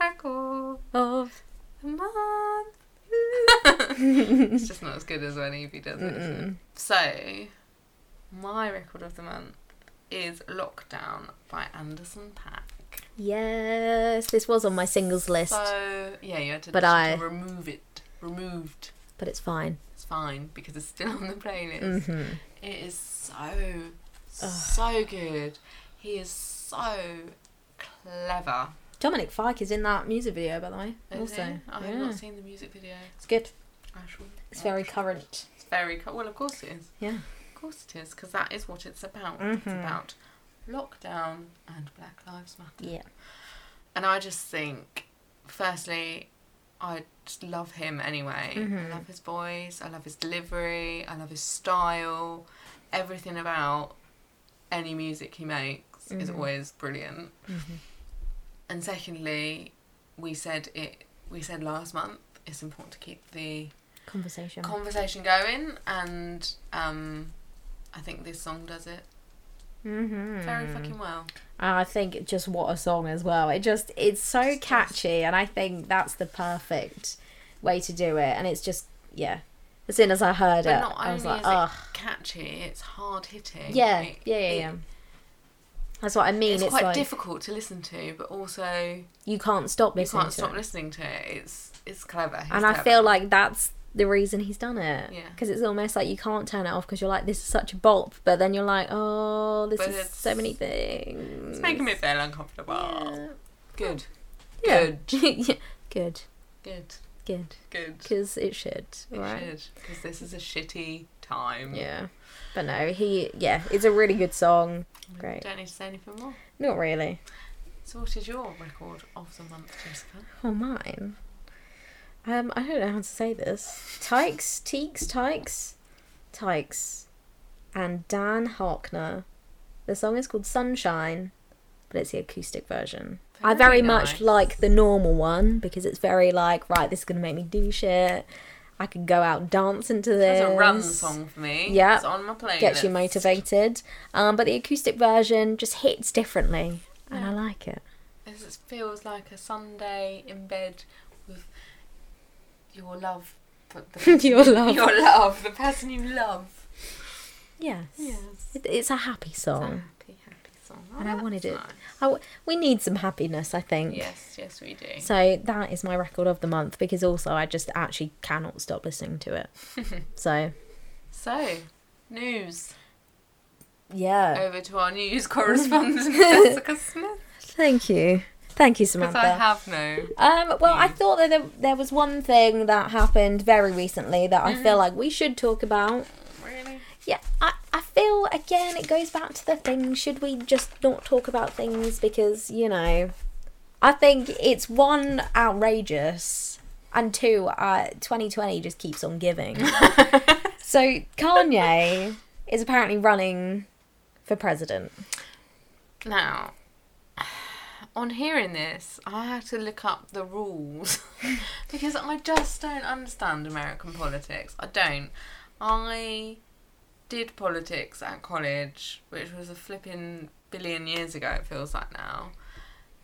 [SPEAKER 2] Record
[SPEAKER 1] of
[SPEAKER 2] of the month. it's just not as good as when Evie does it. is it? So, my record of the month is Lockdown by Anderson Pack.
[SPEAKER 1] Yes, this was on my singles list,
[SPEAKER 2] So yeah, you had to,
[SPEAKER 1] But
[SPEAKER 2] just
[SPEAKER 1] I-
[SPEAKER 2] remove it. Removed.
[SPEAKER 1] but it's fine.
[SPEAKER 2] It's fine because it's still on the playlist.
[SPEAKER 1] Mhm.
[SPEAKER 2] It is so so good. He is so clever.
[SPEAKER 1] Dominic Fike is in that music video, by the way.
[SPEAKER 2] Is
[SPEAKER 1] also,
[SPEAKER 2] he? I have
[SPEAKER 1] yeah.
[SPEAKER 2] not seen Oh, the music video.
[SPEAKER 1] it's good.
[SPEAKER 2] I shall-
[SPEAKER 1] It's very current.
[SPEAKER 2] It's very co- well. Of course it is.
[SPEAKER 1] Yeah.
[SPEAKER 2] Of course it is because that is what it's about. It's
[SPEAKER 1] Mhm.
[SPEAKER 2] about lockdown and Black Lives Matter.
[SPEAKER 1] Yeah.
[SPEAKER 2] And I just think, firstly, I just love him anyway.
[SPEAKER 1] Mm-hmm.
[SPEAKER 2] I love his voice. I love his delivery. I love his style. Everything about any music he makes is
[SPEAKER 1] Mm-hmm.
[SPEAKER 2] always brilliant. And secondly, we said it. We said last month it's important to keep the
[SPEAKER 1] Conversation.
[SPEAKER 2] conversation going, and um, I think this song does it
[SPEAKER 1] mm-hmm.
[SPEAKER 2] very fucking well.
[SPEAKER 1] I think it just what a song as well. It just it's so
[SPEAKER 2] Just-
[SPEAKER 1] catchy, and I think that's the perfect way to do it. And it's just yeah. As soon as I heard
[SPEAKER 2] But
[SPEAKER 1] it,
[SPEAKER 2] not
[SPEAKER 1] I was
[SPEAKER 2] only
[SPEAKER 1] like,
[SPEAKER 2] is it-
[SPEAKER 1] ugh,
[SPEAKER 2] Catchy. It's hard hitting.
[SPEAKER 1] yeah,
[SPEAKER 2] It-
[SPEAKER 1] yeah, yeah,
[SPEAKER 2] it-
[SPEAKER 1] yeah. That's what I mean. It's,
[SPEAKER 2] it's, quite
[SPEAKER 1] like
[SPEAKER 2] difficult to listen to, but also
[SPEAKER 1] you can't stop
[SPEAKER 2] you
[SPEAKER 1] listening
[SPEAKER 2] can't
[SPEAKER 1] to
[SPEAKER 2] stop
[SPEAKER 1] it.
[SPEAKER 2] listening to it. It's it's clever. He's
[SPEAKER 1] and I
[SPEAKER 2] clever.
[SPEAKER 1] feel like that's the reason he's done it.
[SPEAKER 2] Yeah.
[SPEAKER 1] Because it's almost like you can't turn it off because you're like, this is such a bop, but then you're like, oh, this
[SPEAKER 2] But
[SPEAKER 1] is
[SPEAKER 2] it's-
[SPEAKER 1] so many things.
[SPEAKER 2] it's making me feel uncomfortable.
[SPEAKER 1] Yeah.
[SPEAKER 2] Good,
[SPEAKER 1] Yeah.
[SPEAKER 2] good,
[SPEAKER 1] Yeah. Good.
[SPEAKER 2] good,
[SPEAKER 1] Good.
[SPEAKER 2] good.
[SPEAKER 1] Because it should. right.
[SPEAKER 2] Because this is a shitty time.
[SPEAKER 1] Yeah. But no, he, yeah, it's a really good song. Great.
[SPEAKER 2] Don't need to say anything more.
[SPEAKER 1] Not really.
[SPEAKER 2] So, what is your record of the month, Jessica?
[SPEAKER 1] Oh, mine. Um, I don't know how to say this. Tykes, Teeks, Tykes, Tykes, and Dan Harkner. The song is called Sunshine, but it's the acoustic version. I
[SPEAKER 2] Very
[SPEAKER 1] very
[SPEAKER 2] nice.
[SPEAKER 1] much like the normal one because it's very like, right, this is gonna make me do shit. I can go out and dance into this.
[SPEAKER 2] That's a run song for me.
[SPEAKER 1] Yeah.
[SPEAKER 2] It's on my playlist.
[SPEAKER 1] Gets you motivated. Um, but the acoustic version just hits differently, and I
[SPEAKER 2] Yeah.
[SPEAKER 1] like it.
[SPEAKER 2] It just feels like a Sunday in bed with your love. but the person-
[SPEAKER 1] Your love.
[SPEAKER 2] Your love. The person you love.
[SPEAKER 1] Yes.
[SPEAKER 2] Yes.
[SPEAKER 1] It, it's a happy
[SPEAKER 2] It's a
[SPEAKER 1] song.
[SPEAKER 2] happy, happy song. Oh,
[SPEAKER 1] And I wanted
[SPEAKER 2] that's
[SPEAKER 1] it.
[SPEAKER 2] nice.
[SPEAKER 1] I w we need some happiness, I think.
[SPEAKER 2] Yes, yes, we do.
[SPEAKER 1] So that is my record of the month because also I just actually cannot stop listening to it. so
[SPEAKER 2] So, news.
[SPEAKER 1] yeah,
[SPEAKER 2] Over to our news correspondent, Jessica Smith.
[SPEAKER 1] thank you, thank you,
[SPEAKER 2] Because
[SPEAKER 1] Samantha.
[SPEAKER 2] I have no.
[SPEAKER 1] Um, well, I thought that there, there was one thing that happened very recently that
[SPEAKER 2] Mm-hmm.
[SPEAKER 1] I feel like we should talk about.
[SPEAKER 2] Really?
[SPEAKER 1] Yeah, I, I feel again it goes back to the thing should we just not talk about things because, you know, I think it's one outrageous and two uh 2020 just keeps on giving. so Kanye is apparently running for president.
[SPEAKER 2] Now, on hearing this, I had to look up the rules because I just don't understand American politics. I don't. I did politics at college, which was a flipping billion years ago, it feels like now.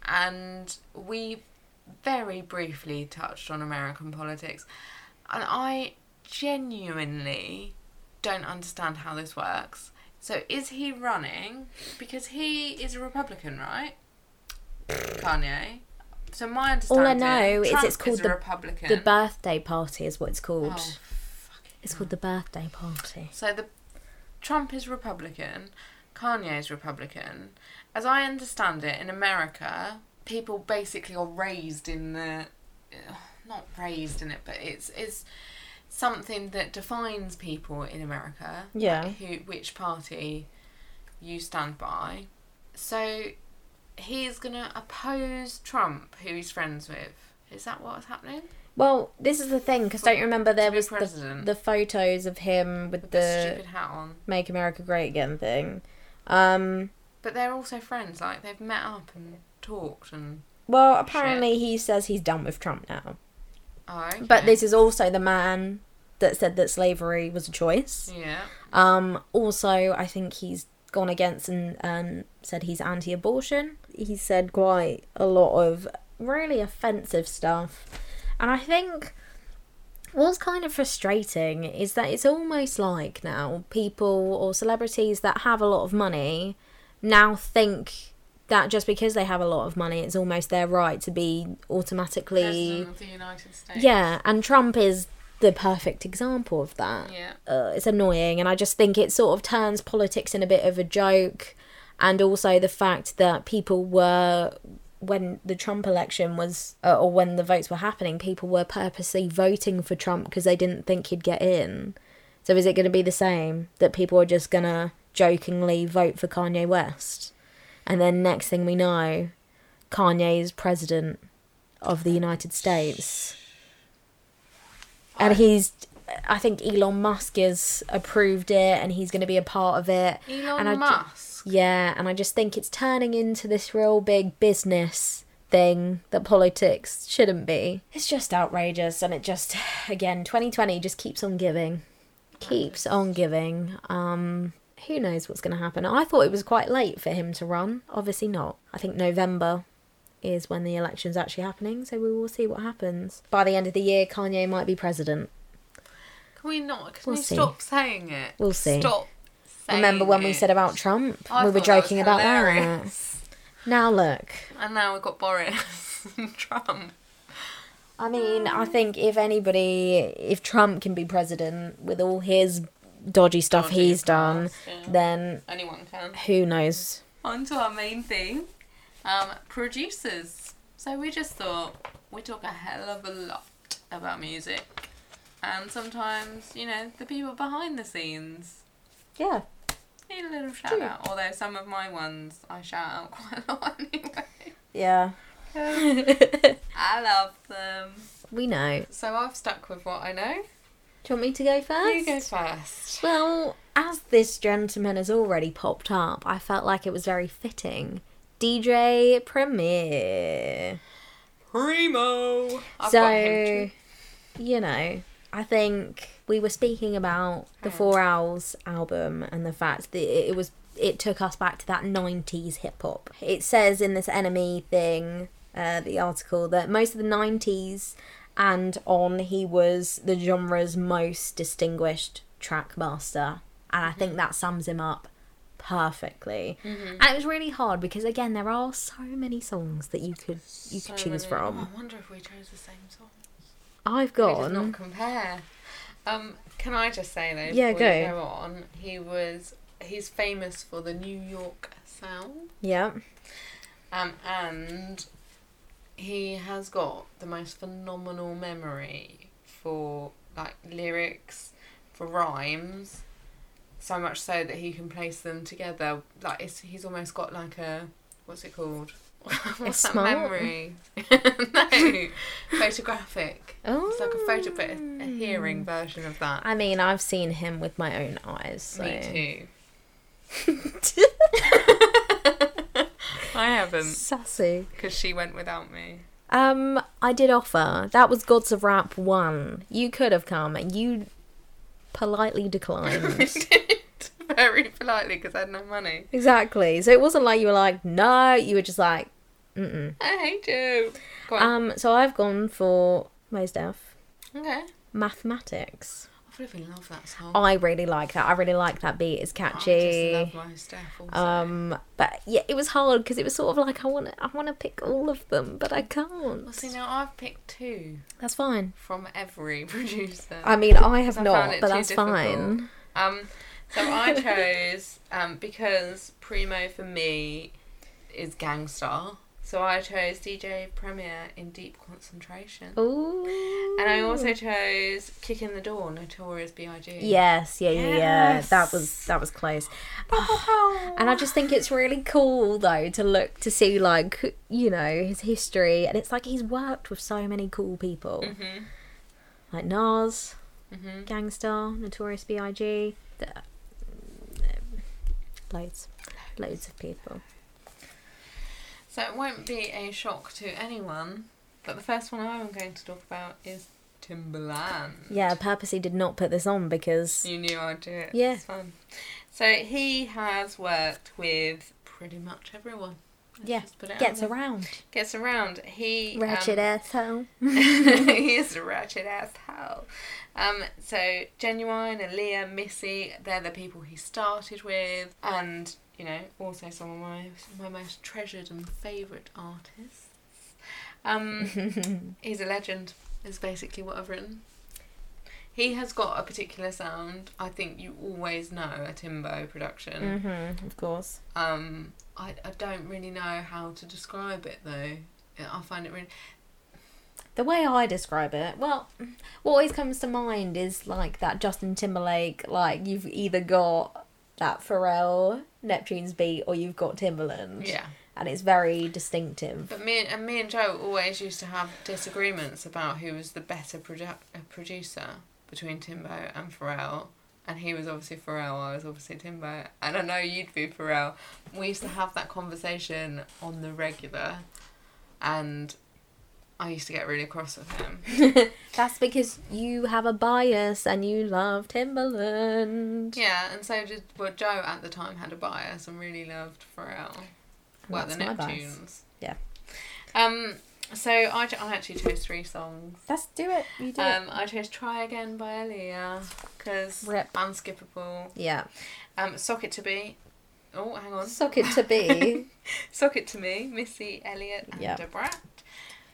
[SPEAKER 2] And we very briefly touched on American politics. And I genuinely don't understand how this works. So is he running? Because he is a Republican, right? Kanye. So my
[SPEAKER 1] All I
[SPEAKER 2] understanding.
[SPEAKER 1] know is
[SPEAKER 2] Trump
[SPEAKER 1] it's called
[SPEAKER 2] a
[SPEAKER 1] the-
[SPEAKER 2] Republican.
[SPEAKER 1] The birthday party is what it's called.
[SPEAKER 2] Oh,
[SPEAKER 1] It's called the birthday party.
[SPEAKER 2] So the Trump is Republican, Kanye is Republican. As I understand it, in America, people basically are raised in the ugh, not raised in it, but it's it's something that defines people in America. like
[SPEAKER 1] Yeah.
[SPEAKER 2] who which party you stand by. So he's gonna oppose Trump, who he's friends with. Is that what's happening?
[SPEAKER 1] Well, this is the thing because don't you remember there
[SPEAKER 2] To be
[SPEAKER 1] was the,
[SPEAKER 2] president.
[SPEAKER 1] the photos of him with,
[SPEAKER 2] With
[SPEAKER 1] the,
[SPEAKER 2] the, stupid hat on.
[SPEAKER 1] Make America Great Again thing. Um,
[SPEAKER 2] But they're also friends, like they've met up and talked and
[SPEAKER 1] well, apparently he says he's done with Trump now.
[SPEAKER 2] oh, okay.
[SPEAKER 1] But this is also the man that said that slavery was a choice.
[SPEAKER 2] yeah,
[SPEAKER 1] Um, also, I think he's gone against and um, said he's anti abortion. He said quite a lot of really offensive stuff. And I think what's kind of frustrating is that it's almost like now people or celebrities that have a lot of money now think that just because they have a lot of money, it's almost their right to be automatically.
[SPEAKER 2] president of the United States.
[SPEAKER 1] Yeah, and Trump is the perfect example of that
[SPEAKER 2] yeah.
[SPEAKER 1] uh, it's annoying and i just think it sort of turns politics in a bit of a joke and also the fact that people were when the trump election was uh, or when the votes were happening people were purposely voting for trump because they didn't think he'd get in so is it going to be the same that people are just going to jokingly vote for kanye west and then next thing we know kanye is president of the united states and he's I think Elon Musk has approved it and he's going to be a part of it.
[SPEAKER 2] Elon
[SPEAKER 1] and I ju-
[SPEAKER 2] Musk.
[SPEAKER 1] yeah, and I just think it's turning into this real big business thing that politics shouldn't be. It's just outrageous and it just again 2020 just keeps on giving. Keeps on giving. Um who knows what's going to happen? I thought it was quite late for him to run. Obviously not. I think November is when the election's actually happening, so we will see what happens. By the end of the year, Kanye might be president.
[SPEAKER 2] Can we not? Can
[SPEAKER 1] We'll
[SPEAKER 2] we
[SPEAKER 1] see.
[SPEAKER 2] stop saying it?
[SPEAKER 1] We'll see.
[SPEAKER 2] Stop. Saying
[SPEAKER 1] Remember when we
[SPEAKER 2] it.
[SPEAKER 1] said about Trump?
[SPEAKER 2] I
[SPEAKER 1] we were
[SPEAKER 2] thought that was
[SPEAKER 1] joking about that.
[SPEAKER 2] hilarious.
[SPEAKER 1] Now look,
[SPEAKER 2] And now we've got Boris and Trump.
[SPEAKER 1] I mean, I think if anybody, if Trump can be president with all his dodgy stuff
[SPEAKER 2] Dodgy
[SPEAKER 1] he's done,
[SPEAKER 2] past, yeah.
[SPEAKER 1] then
[SPEAKER 2] Anyone can.
[SPEAKER 1] who knows?
[SPEAKER 2] On to our main thing, um, producers. So we just thought we talk a hell of a lot about music, and sometimes you know the people behind the scenes
[SPEAKER 1] Yeah.
[SPEAKER 2] need a little shout
[SPEAKER 1] True.
[SPEAKER 2] out. Although some of my ones I shout out quite a lot anyway.
[SPEAKER 1] Yeah.
[SPEAKER 2] I love them.
[SPEAKER 1] We know.
[SPEAKER 2] So I've stuck with what I know.
[SPEAKER 1] Do you want me to go first?
[SPEAKER 2] You go first.
[SPEAKER 1] Well, as this gentleman has already popped up, I felt like it was very fitting. DJ Premier.
[SPEAKER 2] Primo. I've got him
[SPEAKER 1] so,
[SPEAKER 2] too.
[SPEAKER 1] you know, I think we were speaking about the
[SPEAKER 2] Hang on.
[SPEAKER 1] Four Owls album and the fact that it it was it took us back to that 90s hip hop. It says in this enemy thing, uh, the article that most of the 90s and on he was the genre's most distinguished track master and
[SPEAKER 2] Mm-hmm.
[SPEAKER 1] I think that sums him up perfectly. And it was really hard because again there are so many songs that you could you could
[SPEAKER 2] So
[SPEAKER 1] choose
[SPEAKER 2] many-
[SPEAKER 1] from.
[SPEAKER 2] Oh, I wonder if we chose the same song.
[SPEAKER 1] I've
[SPEAKER 2] We did
[SPEAKER 1] gone.
[SPEAKER 2] not compare. Um, can I just say though?
[SPEAKER 1] Yeah,
[SPEAKER 2] before you
[SPEAKER 1] go.
[SPEAKER 2] go on. He was. He's famous for the New York sound.
[SPEAKER 1] Yeah.
[SPEAKER 2] Um, and he has got the most phenomenal memory for like lyrics, for rhymes, so much so that he can place them together. Like it's, he's almost got like a what's it called? what's that
[SPEAKER 1] smart?
[SPEAKER 2] memory? no, photographic.
[SPEAKER 1] Oh.
[SPEAKER 2] It's like a photo, but a,
[SPEAKER 1] Mm.
[SPEAKER 2] a hearing version of that.
[SPEAKER 1] I mean, I've seen him with my own eyes. So.
[SPEAKER 2] Me too. I haven't
[SPEAKER 1] Sassy.
[SPEAKER 2] because she went without me.
[SPEAKER 1] Um, I did offer. That was Gods of Rap one. You could have come, and you politely declined.
[SPEAKER 2] very politely because I had no money.
[SPEAKER 1] exactly. So it wasn't like you were like no. You were just like, mm.
[SPEAKER 2] I hate you. Go on.
[SPEAKER 1] Um. So I've gone for Mos Def
[SPEAKER 2] okay.
[SPEAKER 1] Mathematics.
[SPEAKER 2] I flipping love that song.
[SPEAKER 1] I really like that. I really like that beat. It's
[SPEAKER 2] I
[SPEAKER 1] catchy.
[SPEAKER 2] just love my staff. Also.
[SPEAKER 1] Um, but yeah, it was hard because it was sort of like I want to, I want to pick all of them, but I can't.
[SPEAKER 2] well, see now I've picked two
[SPEAKER 1] That's fine.
[SPEAKER 2] from every producer.
[SPEAKER 1] I mean, I have
[SPEAKER 2] I
[SPEAKER 1] not,
[SPEAKER 2] found it
[SPEAKER 1] but
[SPEAKER 2] too
[SPEAKER 1] that's
[SPEAKER 2] difficult.
[SPEAKER 1] fine.
[SPEAKER 2] Um, so I chose um because Primo for me is Gangstar. So I chose DJ Premier in Deep Concentration.
[SPEAKER 1] Ooh.
[SPEAKER 2] And I also chose Kick in the Door, Notorious B.I.G.
[SPEAKER 1] Yes, yeah, yeah, yeah. That was
[SPEAKER 2] Yes.
[SPEAKER 1] that was close. And I just think it's really cool though to look to see like you know his history, and it's like he's worked with so many cool people,
[SPEAKER 2] Mhm.
[SPEAKER 1] like Nas,
[SPEAKER 2] Mhm.
[SPEAKER 1] Gangstar, Notorious B.I.G. th- um, Loads, loads of people.
[SPEAKER 2] So it won't be a shock to anyone that the first one I'm going to talk about is Timbaland.
[SPEAKER 1] Yeah, I purposely did not put this on because
[SPEAKER 2] You knew I'd do it.
[SPEAKER 1] Yeah.
[SPEAKER 2] It's fun. So he has worked with pretty much everyone. Let's
[SPEAKER 1] Yeah.
[SPEAKER 2] just put it
[SPEAKER 1] gets
[SPEAKER 2] out there.
[SPEAKER 1] around.
[SPEAKER 2] Gets around. He
[SPEAKER 1] Ratchet
[SPEAKER 2] um,
[SPEAKER 1] asshole.
[SPEAKER 2] he is a ratchet asshole. Um, so Genuine, Aaliyah, Missy, they're the people he started with, and you know, also some of my my most treasured and favourite artists. Um, he's a legend. Is basically what I've written. He has got a particular sound. I think you always know a Timbo production.
[SPEAKER 1] Mm-hmm, of course.
[SPEAKER 2] Um, I, I don't really know how to describe it though. I find it really
[SPEAKER 1] The way I describe it, well, what always comes to mind is like that Justin Timberlake, like you've either got that Pharrell Neptune's beat or you've got Timberland.
[SPEAKER 2] yeah.
[SPEAKER 1] And it's very distinctive.
[SPEAKER 2] But me and, and me and Joe always used to have disagreements about who was the better produ- uh, producer between Timbo and Pharrell. And he was obviously Pharrell, I was obviously Timbo. And I know you'd be Pharrell. We used to have that conversation on the regular. And I used to get really cross with him.
[SPEAKER 1] That's because you have a bias and you love Timberland.
[SPEAKER 2] Yeah, and so did, well, Joe at the time had a bias and really loved Pharrell. Well, the
[SPEAKER 1] that's my bias.
[SPEAKER 2] Neptunes.
[SPEAKER 1] Yeah.
[SPEAKER 2] Um, so I, ch- I actually chose three songs.
[SPEAKER 1] Let's do it. You do
[SPEAKER 2] Um, I chose Try Again by Aaliyah because
[SPEAKER 1] Rip.
[SPEAKER 2] unskippable.
[SPEAKER 1] it. Yeah.
[SPEAKER 2] Um, Sock It To Be. Oh, hang on.
[SPEAKER 1] Suck it to be.
[SPEAKER 2] Sock It To Me, Missy Elliott and
[SPEAKER 1] Yeah.
[SPEAKER 2] a Brat.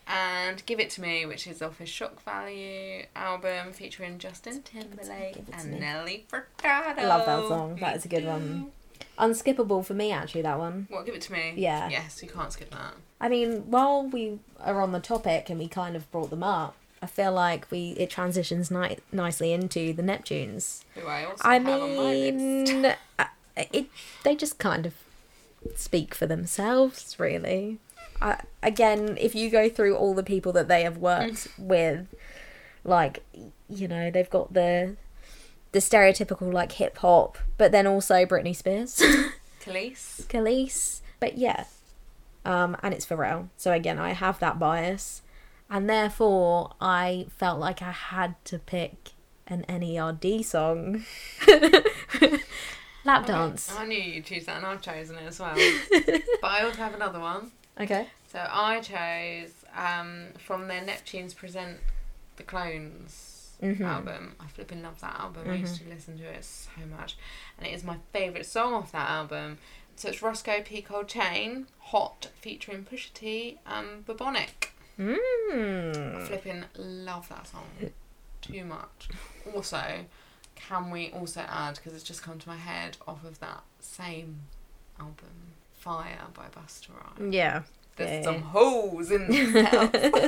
[SPEAKER 2] And Give It To Me, which is off his Shock Value album featuring Justin Timberlake
[SPEAKER 1] Give It To Me.
[SPEAKER 2] and Nelly Furtado.
[SPEAKER 1] I love that song. That
[SPEAKER 2] Me
[SPEAKER 1] is a good one.
[SPEAKER 2] too.
[SPEAKER 1] Unskippable for me, actually, that one.
[SPEAKER 2] What, Give It To Me?
[SPEAKER 1] Yeah.
[SPEAKER 2] Yes, you can't skip that.
[SPEAKER 1] I mean, while we are on the topic and we kind of brought them up, I feel like we it transitions ni- nicely into the Neptunes.
[SPEAKER 2] Who I also
[SPEAKER 1] I
[SPEAKER 2] have on my list.
[SPEAKER 1] mean, uh, it they just kind of speak for themselves, really. I, again, if you go through all the people that they have worked
[SPEAKER 2] Mm.
[SPEAKER 1] with, like you know, they've got the the stereotypical like hip hop, but then also Britney Spears,
[SPEAKER 2] Khalees.
[SPEAKER 1] Khalees, but yeah, um, and it's Pharrell. So again, I have that bias, and therefore I felt like I had to pick an NERD song, lap dance.
[SPEAKER 2] I knew you'd choose that, and I've chosen it as well. but I also have another one.
[SPEAKER 1] Okay.
[SPEAKER 2] So I chose um, from their Neptunes Present the Clones
[SPEAKER 1] Mhm.
[SPEAKER 2] album. I flipping love that album. I used to listen to it so much. And it is my favourite song off that album. So it's Roscoe P. Cold Chain, Hot, featuring Pusha T and Bubonic.
[SPEAKER 1] Mm.
[SPEAKER 2] Flipping love that song. Too much. Also, can we also add, because it's just come to my head, off of that same album, Fire by Buster Rhymes.
[SPEAKER 1] Yeah.
[SPEAKER 2] There's
[SPEAKER 1] Yeah.
[SPEAKER 2] some holes in this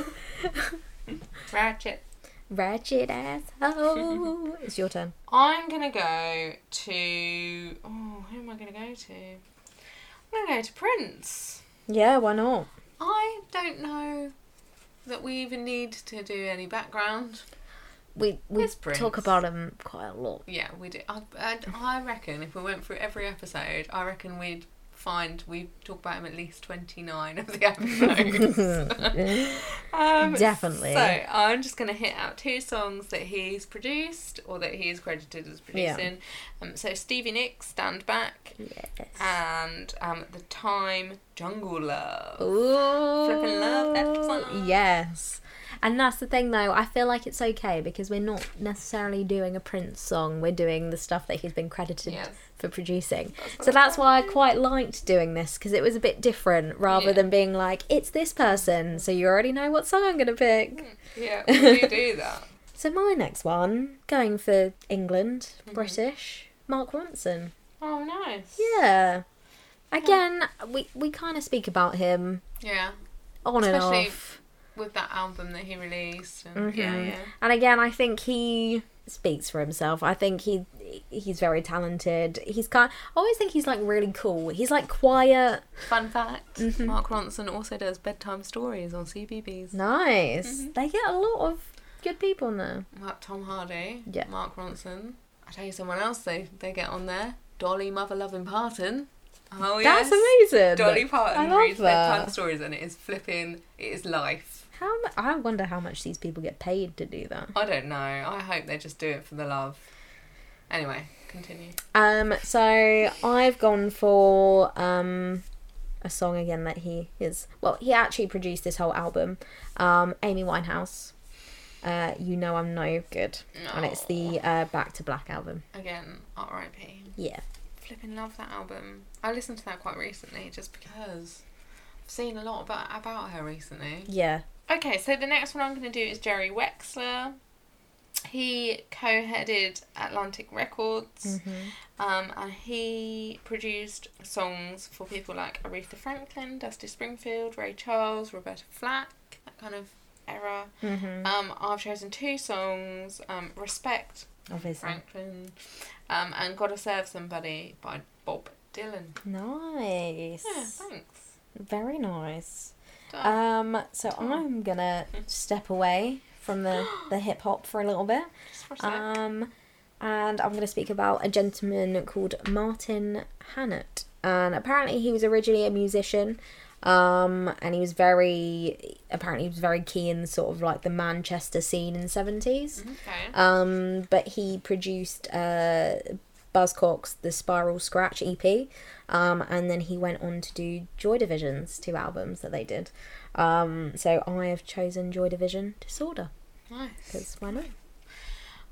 [SPEAKER 2] Ratchet.
[SPEAKER 1] Ratchet asshole. it's your turn.
[SPEAKER 2] I'm gonna go to. Oh, who am I gonna go to? I'm gonna go to Prince.
[SPEAKER 1] Yeah, why not?
[SPEAKER 2] I don't know that we even need to do any background.
[SPEAKER 1] We we
[SPEAKER 2] It's Prince.
[SPEAKER 1] talk about him quite a lot.
[SPEAKER 2] Yeah, we do. I, I, I reckon if we went through every episode, I reckon we'd find we talk about him at least 29 of the episodes. Um,
[SPEAKER 1] Definitely.
[SPEAKER 2] So I'm just going to hit out two songs that he's produced or that he is credited as
[SPEAKER 1] Yeah.
[SPEAKER 2] producing. Um, so Stevie Nicks, Stand Back,
[SPEAKER 1] Yes.
[SPEAKER 2] and um, at the time Jungle Love.
[SPEAKER 1] Oh, Ooh.
[SPEAKER 2] Flippin' love that song.
[SPEAKER 1] Yes. And that's the thing though, I feel like it's okay because we're not necessarily doing a Prince song, we're doing the stuff that he's been credited
[SPEAKER 2] Yes.
[SPEAKER 1] for producing.
[SPEAKER 2] what
[SPEAKER 1] so
[SPEAKER 2] I
[SPEAKER 1] that's why I quite liked doing this because it was a bit different rather
[SPEAKER 2] Yeah.
[SPEAKER 1] than being like, it's this person, so you already know what song I'm going to pick.
[SPEAKER 2] Yeah, we do do that.
[SPEAKER 1] So my next one, going for England,
[SPEAKER 2] Mm-hmm.
[SPEAKER 1] British, Mark Ronson.
[SPEAKER 2] Oh, nice.
[SPEAKER 1] Yeah. Again, we we kind of speak about him
[SPEAKER 2] Yeah,
[SPEAKER 1] on
[SPEAKER 2] Especially
[SPEAKER 1] and off.
[SPEAKER 2] with that album that he released. And, Yeah,
[SPEAKER 1] Mhm.
[SPEAKER 2] yeah.
[SPEAKER 1] And again, I think he speaks for himself. I think he he's very talented. He's kind. I always think he's like really cool. He's like quiet.
[SPEAKER 2] Fun fact
[SPEAKER 1] Mm-hmm.
[SPEAKER 2] Mark Ronson also does bedtime stories on CBBS.
[SPEAKER 1] Nice.
[SPEAKER 2] Mm-hmm.
[SPEAKER 1] They get a lot of good people now.
[SPEAKER 2] Like Tom Hardy,
[SPEAKER 1] Yeah.
[SPEAKER 2] Mark Ronson. I tell you, someone else they they get on there. Dolly, mother loving Parton. Oh yes, e-
[SPEAKER 1] That's amazing.
[SPEAKER 2] Dolly Parton
[SPEAKER 1] I love
[SPEAKER 2] reads bedtime
[SPEAKER 1] that.
[SPEAKER 2] stories, and it is flipping. It is life.
[SPEAKER 1] How mu- I wonder how much these people get paid to do that.
[SPEAKER 2] I don't know. I hope they just do it for the love. Anyway, continue.
[SPEAKER 1] Um, so I've gone for um a song again that he is well, he actually produced this whole album. Um, Amy Winehouse. Uh, you know I'm no good, and it's the uh, Back to Black album.
[SPEAKER 2] Again, R.I.P.
[SPEAKER 1] Yeah,
[SPEAKER 2] Flipping love that album. I listened to that quite recently, just because I've seen a lot about about her recently.
[SPEAKER 1] yeah.
[SPEAKER 2] Okay, so the next one I'm going to do is Jerry Wexler. He co headed Atlantic Records
[SPEAKER 1] Mm.
[SPEAKER 2] um, and he produced songs for people like Aretha Franklin, Dusty Springfield, Ray Charles, Roberta Flack, that kind of era.
[SPEAKER 1] Mm-hmm.
[SPEAKER 2] Um, I've chosen two songs um, Respect,
[SPEAKER 1] Obviously,
[SPEAKER 2] Franklin, um, and Gotta Serve Somebody by Bob Dylan.
[SPEAKER 1] nice,
[SPEAKER 2] Yeah, thanks.
[SPEAKER 1] very nice.
[SPEAKER 2] Done.
[SPEAKER 1] Um, so I'm gonna step away from the the hip hop for a little bit.
[SPEAKER 2] Just for a sec.
[SPEAKER 1] Um, and I'm going to speak about a gentleman called Martin Hannett. And apparently, he was originally a musician. Um, and he was very, apparently, he was very key in sort of like the Manchester scene in the 70s.
[SPEAKER 2] okay.
[SPEAKER 1] Um, but he produced uh, Buzzcocks, the Spiral Scratch EP, um, and then he went on to do Joy Division's two albums that they did. Um, so I have chosen Joy Division Disorder
[SPEAKER 2] nice.
[SPEAKER 1] because why not?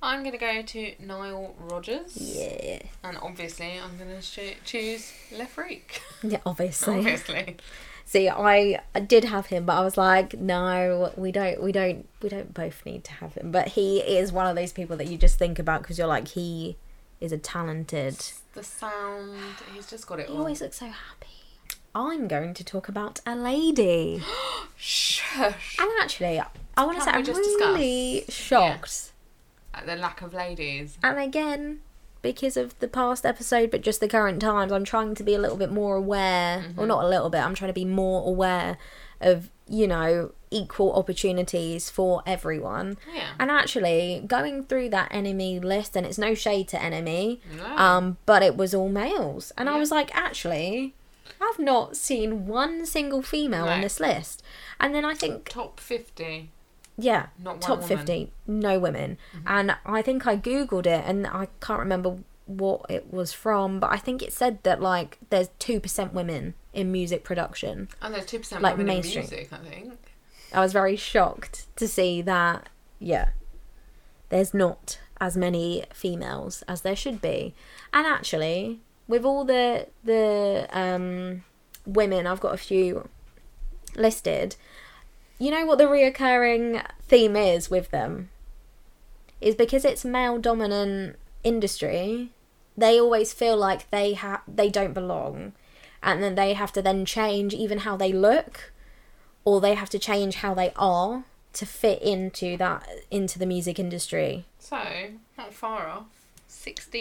[SPEAKER 2] I'm going to go to Niall Rogers.
[SPEAKER 1] Yeah.
[SPEAKER 2] And obviously, I'm going to cho- choose Le Freak.
[SPEAKER 1] Yeah, obviously.
[SPEAKER 2] obviously.
[SPEAKER 1] See, I, I did have him, but I was like, no, we don't, we don't, we don't both need to have him. But he is one of those people that you just think about because you're like, he is a talented.
[SPEAKER 2] The sound, he's just got it
[SPEAKER 1] He
[SPEAKER 2] all.
[SPEAKER 1] always looks so happy. I'm going to talk about a lady,
[SPEAKER 2] Shush.
[SPEAKER 1] and actually, I want to
[SPEAKER 2] Can't
[SPEAKER 1] say
[SPEAKER 2] we
[SPEAKER 1] I'm
[SPEAKER 2] just
[SPEAKER 1] really
[SPEAKER 2] discuss?
[SPEAKER 1] shocked.
[SPEAKER 2] At the lack of ladies.
[SPEAKER 1] And again, because of the past episode, but just the
[SPEAKER 2] Mm-hmm.
[SPEAKER 1] current times, I'm trying to be a little bit more aware, or not a little bit. I'm trying to be more aware of you know equal opportunities for everyone.
[SPEAKER 2] Yeah.
[SPEAKER 1] And actually, going through that enemy list, and it's no shade to enemy,
[SPEAKER 2] No.
[SPEAKER 1] um, but it was all males, and I
[SPEAKER 2] Yeah.
[SPEAKER 1] was like, actually, I've not seen one single female on
[SPEAKER 2] No.
[SPEAKER 1] this list. And then I think
[SPEAKER 2] Top 50.
[SPEAKER 1] yeah,
[SPEAKER 2] Not one
[SPEAKER 1] top
[SPEAKER 2] woman. Mm-hmm.
[SPEAKER 1] 50, no women. And I think I googled it and I can't remember what it was from, but I think it said that like there's 2% women in music production.
[SPEAKER 2] And there's 2%
[SPEAKER 1] Like
[SPEAKER 2] women
[SPEAKER 1] mainstream.
[SPEAKER 2] in music, I think.
[SPEAKER 1] I was very shocked to see that yeah. There's not as many females as there should be. And actually, with all the the um women, I've got a few listed. You know what the reoccurring theme is with them? Is because it's male dominant industry, they always feel like they ha- they don't belong. And then they have to then change even how they look or they have to change how they are to fit into that into the music industry
[SPEAKER 2] So, not far off.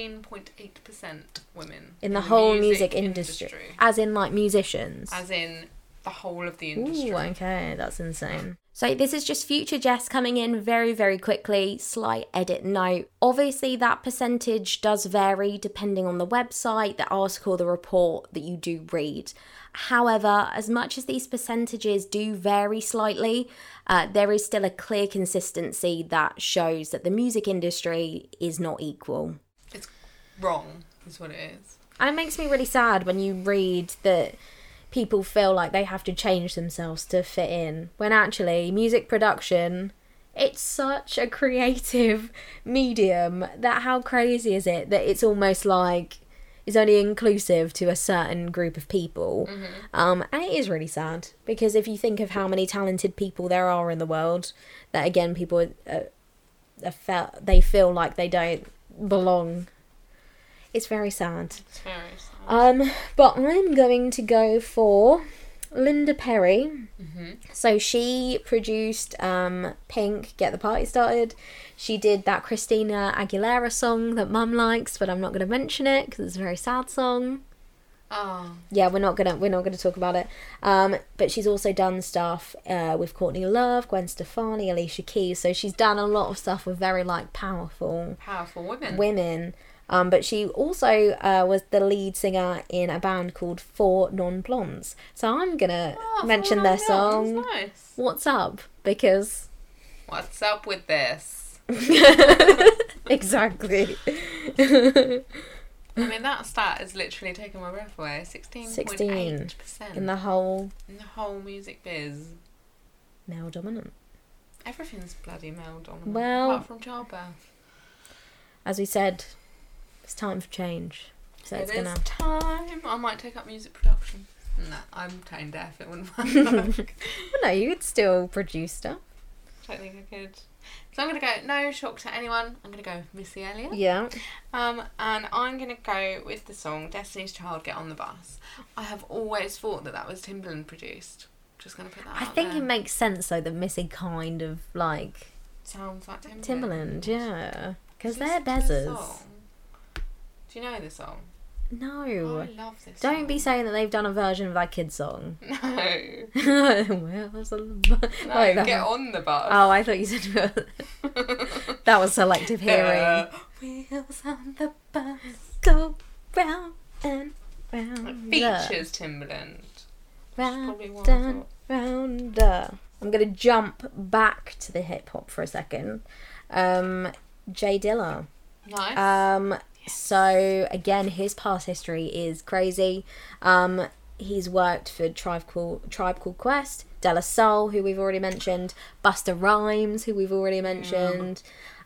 [SPEAKER 2] 16.8% women.
[SPEAKER 1] in the whole music, industry. as in like musicians
[SPEAKER 2] As in the whole of the industry.
[SPEAKER 1] Ooh, okay, that's insane. So this is just future Jess coming in very, very quickly. Slight edit note. Obviously, that percentage does vary depending on the website, the article, the report that you do read. However, as much as these percentages do vary slightly, uh, there is still a clear consistency that shows that the music industry is not equal.
[SPEAKER 2] It's wrong, is what it is.
[SPEAKER 1] And it makes me really sad when you read that people feel like they have to change themselves to fit in, when actually, music production. It's such a creative medium that how crazy is it that it's almost like is only inclusive to a certain group of people. Um, and it is really sad because if you think of how many talented people there are in the world, that again people are, are felt they feel like they don't belong. It's very sad.
[SPEAKER 2] It's very sad.
[SPEAKER 1] Um, but I'm going to go for Linda Perry. So she produced um, Pink, Get the Party Started. She did that Christina Aguilera song that Mum likes, but I'm not going to mention it because it's a very sad song
[SPEAKER 2] Oh,
[SPEAKER 1] yeah, we're not gonna we're not gonna talk about it. Um, but she's also done stuff uh, with Courtney Love, Gwen Stefani, Alicia Keys. So she's done a lot of stuff with very like powerful
[SPEAKER 2] powerful women.
[SPEAKER 1] women. Um, but she also uh, was the lead singer in a band called Four Non Blondes. So I'm gonna
[SPEAKER 2] Oh,
[SPEAKER 1] mention
[SPEAKER 2] Fall
[SPEAKER 1] their
[SPEAKER 2] Down Girl,
[SPEAKER 1] song
[SPEAKER 2] that's Nice.
[SPEAKER 1] "What's Up" because
[SPEAKER 2] What's up with this?
[SPEAKER 1] exactly
[SPEAKER 2] I mean, that stat has literally taken my breath away. 16.8%
[SPEAKER 1] in the whole
[SPEAKER 2] in the whole music biz.
[SPEAKER 1] male dominant.
[SPEAKER 2] Everything's bloody male dominant.
[SPEAKER 1] Well-
[SPEAKER 2] apart from childbirth.
[SPEAKER 1] As we said, it's time for change. So
[SPEAKER 2] It
[SPEAKER 1] it's
[SPEAKER 2] is
[SPEAKER 1] gonna
[SPEAKER 2] time. I might take up music production. No, I'm tone deaf. It wouldn't work.
[SPEAKER 1] Well, no, you could still produce stuff.
[SPEAKER 2] Don't think I could. So I'm gonna go. No shock to anyone. I'm gonna go with Missy Elliott.
[SPEAKER 1] Yeah.
[SPEAKER 2] Um, and I'm gonna go with the song "Destiny's Child." Get on the bus. I have always thought that that was Timbaland produced. Just gonna put that.
[SPEAKER 1] I
[SPEAKER 2] out
[SPEAKER 1] think
[SPEAKER 2] there.
[SPEAKER 1] it makes sense though that Missy kind of like
[SPEAKER 2] sounds like Timbaland.
[SPEAKER 1] Timberland, yeah, because
[SPEAKER 2] Do you
[SPEAKER 1] they're
[SPEAKER 2] listen to the
[SPEAKER 1] Bezzers.
[SPEAKER 2] song? Do you know the song?
[SPEAKER 1] No,
[SPEAKER 2] I love this.
[SPEAKER 1] don't be
[SPEAKER 2] song.
[SPEAKER 1] saying that they've done a version of that kid's song.
[SPEAKER 2] No.
[SPEAKER 1] well, that's a bu-
[SPEAKER 2] No,
[SPEAKER 1] like that.
[SPEAKER 2] get on the bus.
[SPEAKER 1] Oh, I thought you said that was selective hearing.
[SPEAKER 2] Uh, wheels on the bus.
[SPEAKER 1] Go round and round. the-
[SPEAKER 2] Features Timberland. probably
[SPEAKER 1] round
[SPEAKER 2] what I
[SPEAKER 1] and round. the- I'm gonna jump back to the hip hop for a second. Um, Jay Dilla.
[SPEAKER 2] Nice.
[SPEAKER 1] Um, so again, his past history is crazy. Um, he's worked for Tribe Called Tribe Called Quest, De La Soul, who we've already mentioned, Buster Rhymes, who we've already mentioned,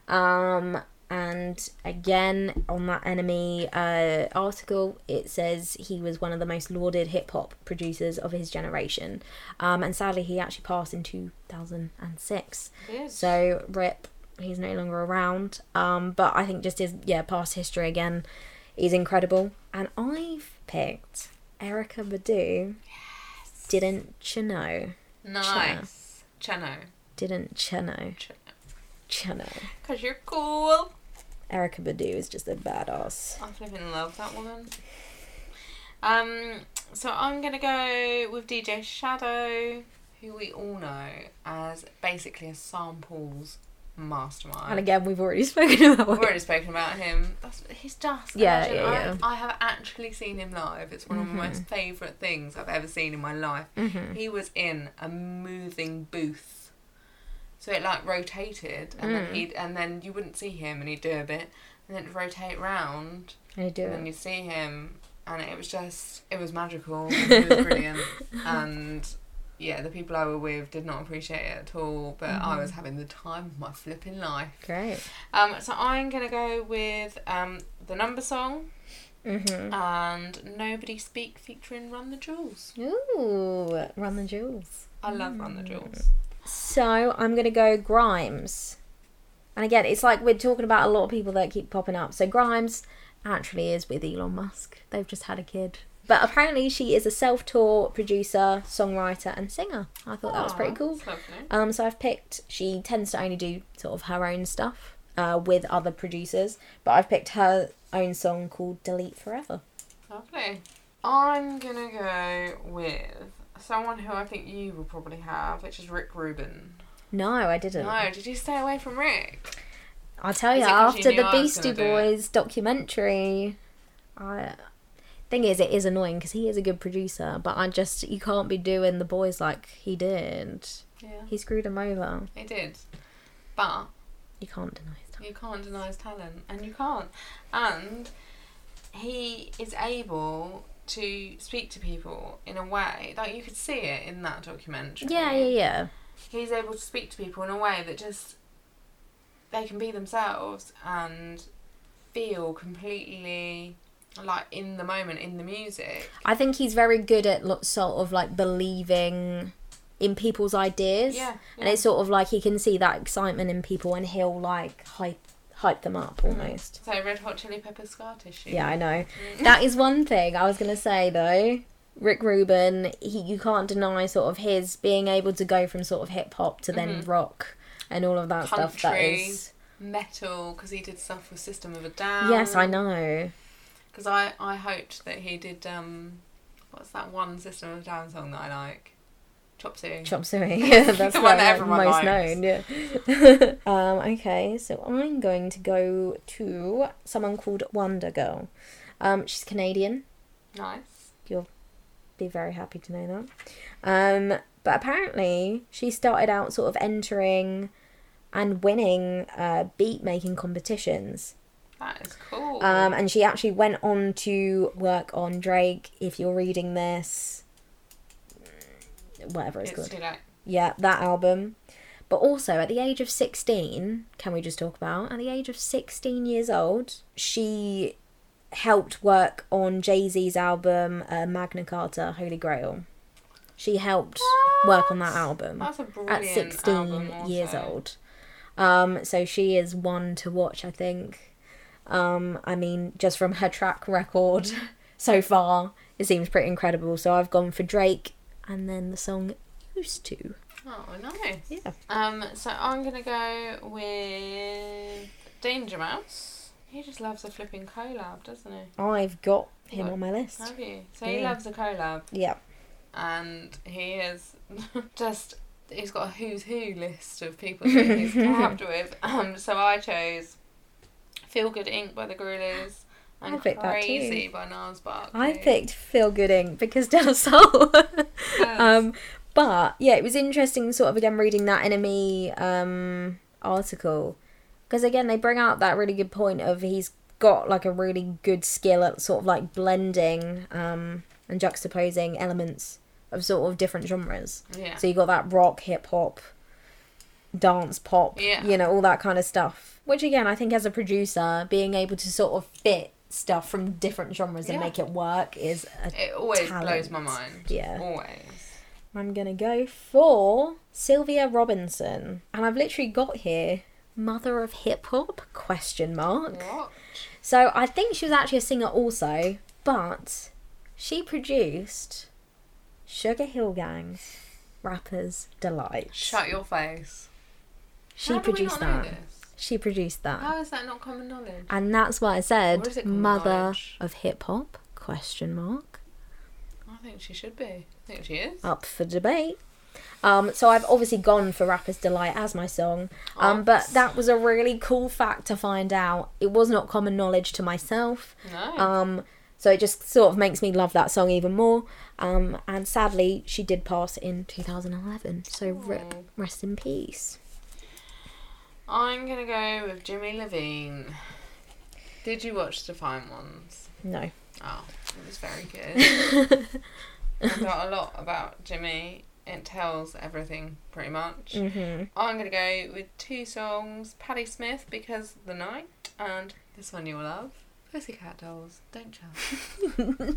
[SPEAKER 1] um, and again on that Enemy uh, article, it says he was one of the most lauded hip hop producers of his generation, um, and sadly he actually passed in two thousand and six.
[SPEAKER 2] Good.
[SPEAKER 1] So Rip, he's no longer around. Um, but I think just his yeah past history again is incredible. And I've picked Erica Badu. Yes. Didn't you know?
[SPEAKER 2] nice. Chano.
[SPEAKER 1] Didn't you know?
[SPEAKER 2] Chano.
[SPEAKER 1] You know?
[SPEAKER 2] Because you're cool.
[SPEAKER 1] Erica Badu is just a badass.
[SPEAKER 2] I flipping love that woman. Um, so I'm going to go with DJ Shadow, who who we all know as basically a samples mastermind.
[SPEAKER 1] And again, we've already spoken about
[SPEAKER 2] We've
[SPEAKER 1] it.
[SPEAKER 2] already spoken about him. That's, he's just
[SPEAKER 1] Yeah,
[SPEAKER 2] imagine,
[SPEAKER 1] yeah,
[SPEAKER 2] I-
[SPEAKER 1] yeah. Mm-hmm.
[SPEAKER 2] I, have actually seen him live. It's one of my most favourite things I've ever seen in my life. He was in a moving booth. So it like rotated and
[SPEAKER 1] Mm.
[SPEAKER 2] then he'd and then you wouldn't see him and he'd do a bit and then it'd rotate round
[SPEAKER 1] I do.
[SPEAKER 2] and then you'd see him and it was just it was magical and it was brilliant and yeah, the people I were with did not appreciate it at all, but I
[SPEAKER 1] Mm-hmm.
[SPEAKER 2] was having the time of my flipping life.
[SPEAKER 1] Great.
[SPEAKER 2] Um, so I'm gonna go with um, the number song
[SPEAKER 1] Mm-hmm.
[SPEAKER 2] Uh, and Nobody Speak featuring Run the Jewels.
[SPEAKER 1] Ooh, run the jewels.
[SPEAKER 2] I love Run the Jewels.
[SPEAKER 1] Mm. So I'm gonna go Grimes, and again, it's like we're talking about a lot of people that keep popping up. So Grimes actually is with Elon Musk. They've just had a kid, but apparently she is a self-taught producer, songwriter, and singer. I thought that was pretty
[SPEAKER 2] Aw,
[SPEAKER 1] cool.
[SPEAKER 2] that's lovely.
[SPEAKER 1] Um, so I've picked. She tends to only do sort of her own stuff uh, with other producers, but I've picked her own song called "Delete Forever."
[SPEAKER 2] Lovely. I'm gonna go with someone who I think you will probably have, which is Rick Rubin.
[SPEAKER 1] No, I didn't.
[SPEAKER 2] No, did you stay away from Rick?
[SPEAKER 1] I'll tell you,
[SPEAKER 2] Is it 'cause you
[SPEAKER 1] after
[SPEAKER 2] knew
[SPEAKER 1] the
[SPEAKER 2] I was
[SPEAKER 1] Beastie
[SPEAKER 2] gonna do
[SPEAKER 1] Boys documentary, I thing is, it is annoying because he is a good producer, but I just you can't be doing the boys like he did.
[SPEAKER 2] Yeah,
[SPEAKER 1] He screwed him over.
[SPEAKER 2] he did. But
[SPEAKER 1] You can't deny that.
[SPEAKER 2] You can't deny his talent, and you can't. And he is able to speak to people in a way like you could see it in that documentary.
[SPEAKER 1] Yeah, yeah, yeah.
[SPEAKER 2] He's able to speak to people in a way that just they can be themselves and feel completely like in the moment in the music.
[SPEAKER 1] I think he's very good at lo- sort of like believing in people's ideas.
[SPEAKER 2] Yeah,
[SPEAKER 1] And it's sort of like he can see that excitement in people, and he'll like hype hype them up almost.
[SPEAKER 2] So Red Hot Chili Peppers scar tissue.
[SPEAKER 1] Yeah, I know. That is one thing I was gonna say though. Rick Rubin, he you can't deny sort of his being able to go from sort of hip hop to then rock and all of that stuff. That
[SPEAKER 2] Mm-hmm. Country.
[SPEAKER 1] is,
[SPEAKER 2] Metal because he did stuff with System of a Down.
[SPEAKER 1] yes, I know.
[SPEAKER 2] Because I, I hoped that he did, um, what's that one System of a Down song that I like? Chop Suey.
[SPEAKER 1] Chop suey. Yeah, that's
[SPEAKER 2] The
[SPEAKER 1] the one
[SPEAKER 2] one that everyone
[SPEAKER 1] most
[SPEAKER 2] likes.
[SPEAKER 1] known. Yeah. um, okay, so I'm going to go to someone called Wonder Girl. Um, she's Canadian.
[SPEAKER 2] Nice.
[SPEAKER 1] be very happy to know that. Um, but apparently, she started out sort of entering and winning uh, beat making competitions.
[SPEAKER 2] That is cool.
[SPEAKER 1] Um, and she actually went on to work on Drake, if you're reading this, whatever it's,
[SPEAKER 2] it's
[SPEAKER 1] called.
[SPEAKER 2] too late.
[SPEAKER 1] Yeah, that album. But also, at the age of 16, can we just talk about? At the age of 16 years old, she helped work on Jay Z's album uh, Magna Carta Holy Grail. She helped work on that album
[SPEAKER 2] That's a brilliant
[SPEAKER 1] at 16
[SPEAKER 2] album also.
[SPEAKER 1] years old. Um, so she is one to watch, I think. Um, I mean, just from her track record so far, it seems pretty incredible. So I've gone for Drake and then the song Used to.
[SPEAKER 2] Oh, nice.
[SPEAKER 1] Yeah.
[SPEAKER 2] Um, so I'm going to go with Danger Mouse. He just loves a flipping collab, doesn't he?
[SPEAKER 1] I've got him
[SPEAKER 2] Right.
[SPEAKER 1] on my list.
[SPEAKER 2] Have you? So he
[SPEAKER 1] Yeah.
[SPEAKER 2] loves a collab,
[SPEAKER 1] Yeah.
[SPEAKER 2] and he is just. He's got a who's who list of people that he's collabed with. Um, so I chose Feel Good Inc. by the Gorillas and
[SPEAKER 1] I picked that too.
[SPEAKER 2] Crazy by Nas Barkley.
[SPEAKER 1] I picked Feel Good Inc. because Del Sol.
[SPEAKER 2] Yes.
[SPEAKER 1] um, but yeah, it was interesting, sort of again reading that enemy um, article, because again they bring out that really good point of he's got like a really good skill at sort of like blending um, and juxtaposing elements of sort of different genres.
[SPEAKER 2] Yeah.
[SPEAKER 1] So you got that rock, hip hop, dance, pop,
[SPEAKER 2] Yeah.
[SPEAKER 1] you know, all that kind of stuff. Which again, I think as a producer, being able to sort of fit stuff from different genres and
[SPEAKER 2] Yeah.
[SPEAKER 1] make it work is a
[SPEAKER 2] It always blows
[SPEAKER 1] talent.
[SPEAKER 2] my mind.
[SPEAKER 1] Yeah.
[SPEAKER 2] Always.
[SPEAKER 1] I'm gonna go for Sylvia Robinson, and I've literally got here mother of hip hop question mark.
[SPEAKER 2] What?
[SPEAKER 1] So I think she was actually a singer also, but she produced Sugar Hill Gang, Rappers Delight.
[SPEAKER 2] Shut your face.
[SPEAKER 1] She
[SPEAKER 2] How do we
[SPEAKER 1] produced
[SPEAKER 2] not know
[SPEAKER 1] that.
[SPEAKER 2] this?
[SPEAKER 1] She produced that.
[SPEAKER 2] How is that not common knowledge?
[SPEAKER 1] and that's why I
[SPEAKER 2] Or is it
[SPEAKER 1] said
[SPEAKER 2] called
[SPEAKER 1] mother
[SPEAKER 2] knowledge?
[SPEAKER 1] of hip hop question mark Oh.
[SPEAKER 2] I think she should be. I think she is.
[SPEAKER 1] up for debate. Um, so I've obviously gone for Rapper's Delight as my song.
[SPEAKER 2] Oh,
[SPEAKER 1] Um, but that was a really cool fact to find out. It was not common knowledge to myself.
[SPEAKER 2] No.
[SPEAKER 1] Um, so it just sort of makes me love that song even more. Um, and sadly, she did pass in 2011.
[SPEAKER 2] Oh.
[SPEAKER 1] So rip, rest in peace.
[SPEAKER 2] I'm gonna go with Jimmy Levine. Did you watch Define Ones?
[SPEAKER 1] No.
[SPEAKER 2] Oh, it was very good. Found out a lot about Jimmy. It tells everything pretty much.
[SPEAKER 1] Mm-hmm.
[SPEAKER 2] I'm gonna go with two songs: Patti Smith because the night, and this one you'll love, Pussycat Dolls. Don't you?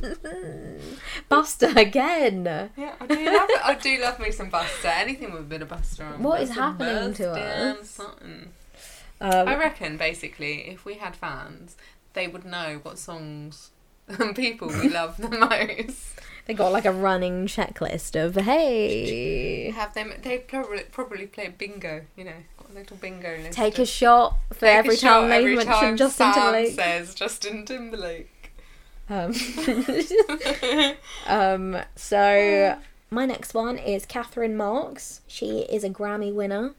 [SPEAKER 1] Buster again.
[SPEAKER 2] Yeah, I do love. I do love me some Buster. Anything with a bit of Buster on.
[SPEAKER 1] What is
[SPEAKER 2] Buster
[SPEAKER 1] happening to
[SPEAKER 2] Buster,
[SPEAKER 1] us?
[SPEAKER 2] something. I
[SPEAKER 1] Um,
[SPEAKER 2] reckon basically, if we had fans, they would know what songs and people we love the most.
[SPEAKER 1] they got like a running checklist of hey,
[SPEAKER 2] Have them? They probably probably play bingo. You know, got a little bingo list.
[SPEAKER 1] take a
[SPEAKER 2] of-
[SPEAKER 1] shot for
[SPEAKER 2] take a
[SPEAKER 1] every
[SPEAKER 2] shot
[SPEAKER 1] time they
[SPEAKER 2] every
[SPEAKER 1] mention
[SPEAKER 2] time
[SPEAKER 1] Justin
[SPEAKER 2] Sam
[SPEAKER 1] Timberlake.
[SPEAKER 2] says Justin Timberlake.
[SPEAKER 1] Um, um, so my next one is Catherine Marks. She is a Grammy winner,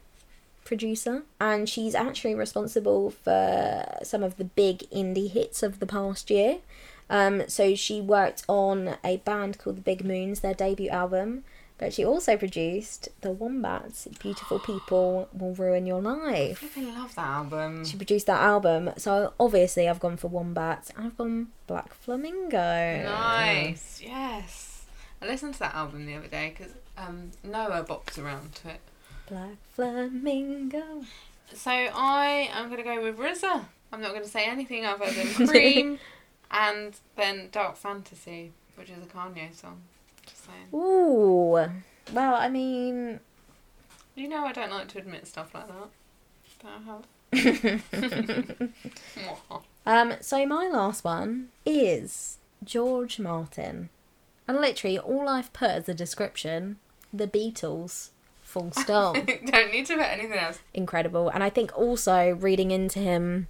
[SPEAKER 1] producer, and she's actually responsible for some of the big indie hits of the past year. Um, so she worked on a band called The Big Moons, their debut album, but she also produced The Wombats, Beautiful People Will Ruin Your Life.
[SPEAKER 2] I love that album.
[SPEAKER 1] She produced that album, so obviously I've gone for Wombats and I've gone Black Flamingo.
[SPEAKER 2] Nice. Yes. I listened to that album the other day because um, Noah bops around to it.
[SPEAKER 1] Black Flamingo.
[SPEAKER 2] So I am going to go with RZA. I'm not going to say anything other than Cream and then Dark Fantasy, which is a Kanye song. Just saying.
[SPEAKER 1] Ooh. Well, I mean,
[SPEAKER 2] You know I don't like to admit stuff like that. But I have. Mwah.
[SPEAKER 1] um, so my last one is George Martin. And literally, all I've put as a description the Beatles, full stop.
[SPEAKER 2] don't need to put anything else.
[SPEAKER 1] Incredible. And I think also reading into him,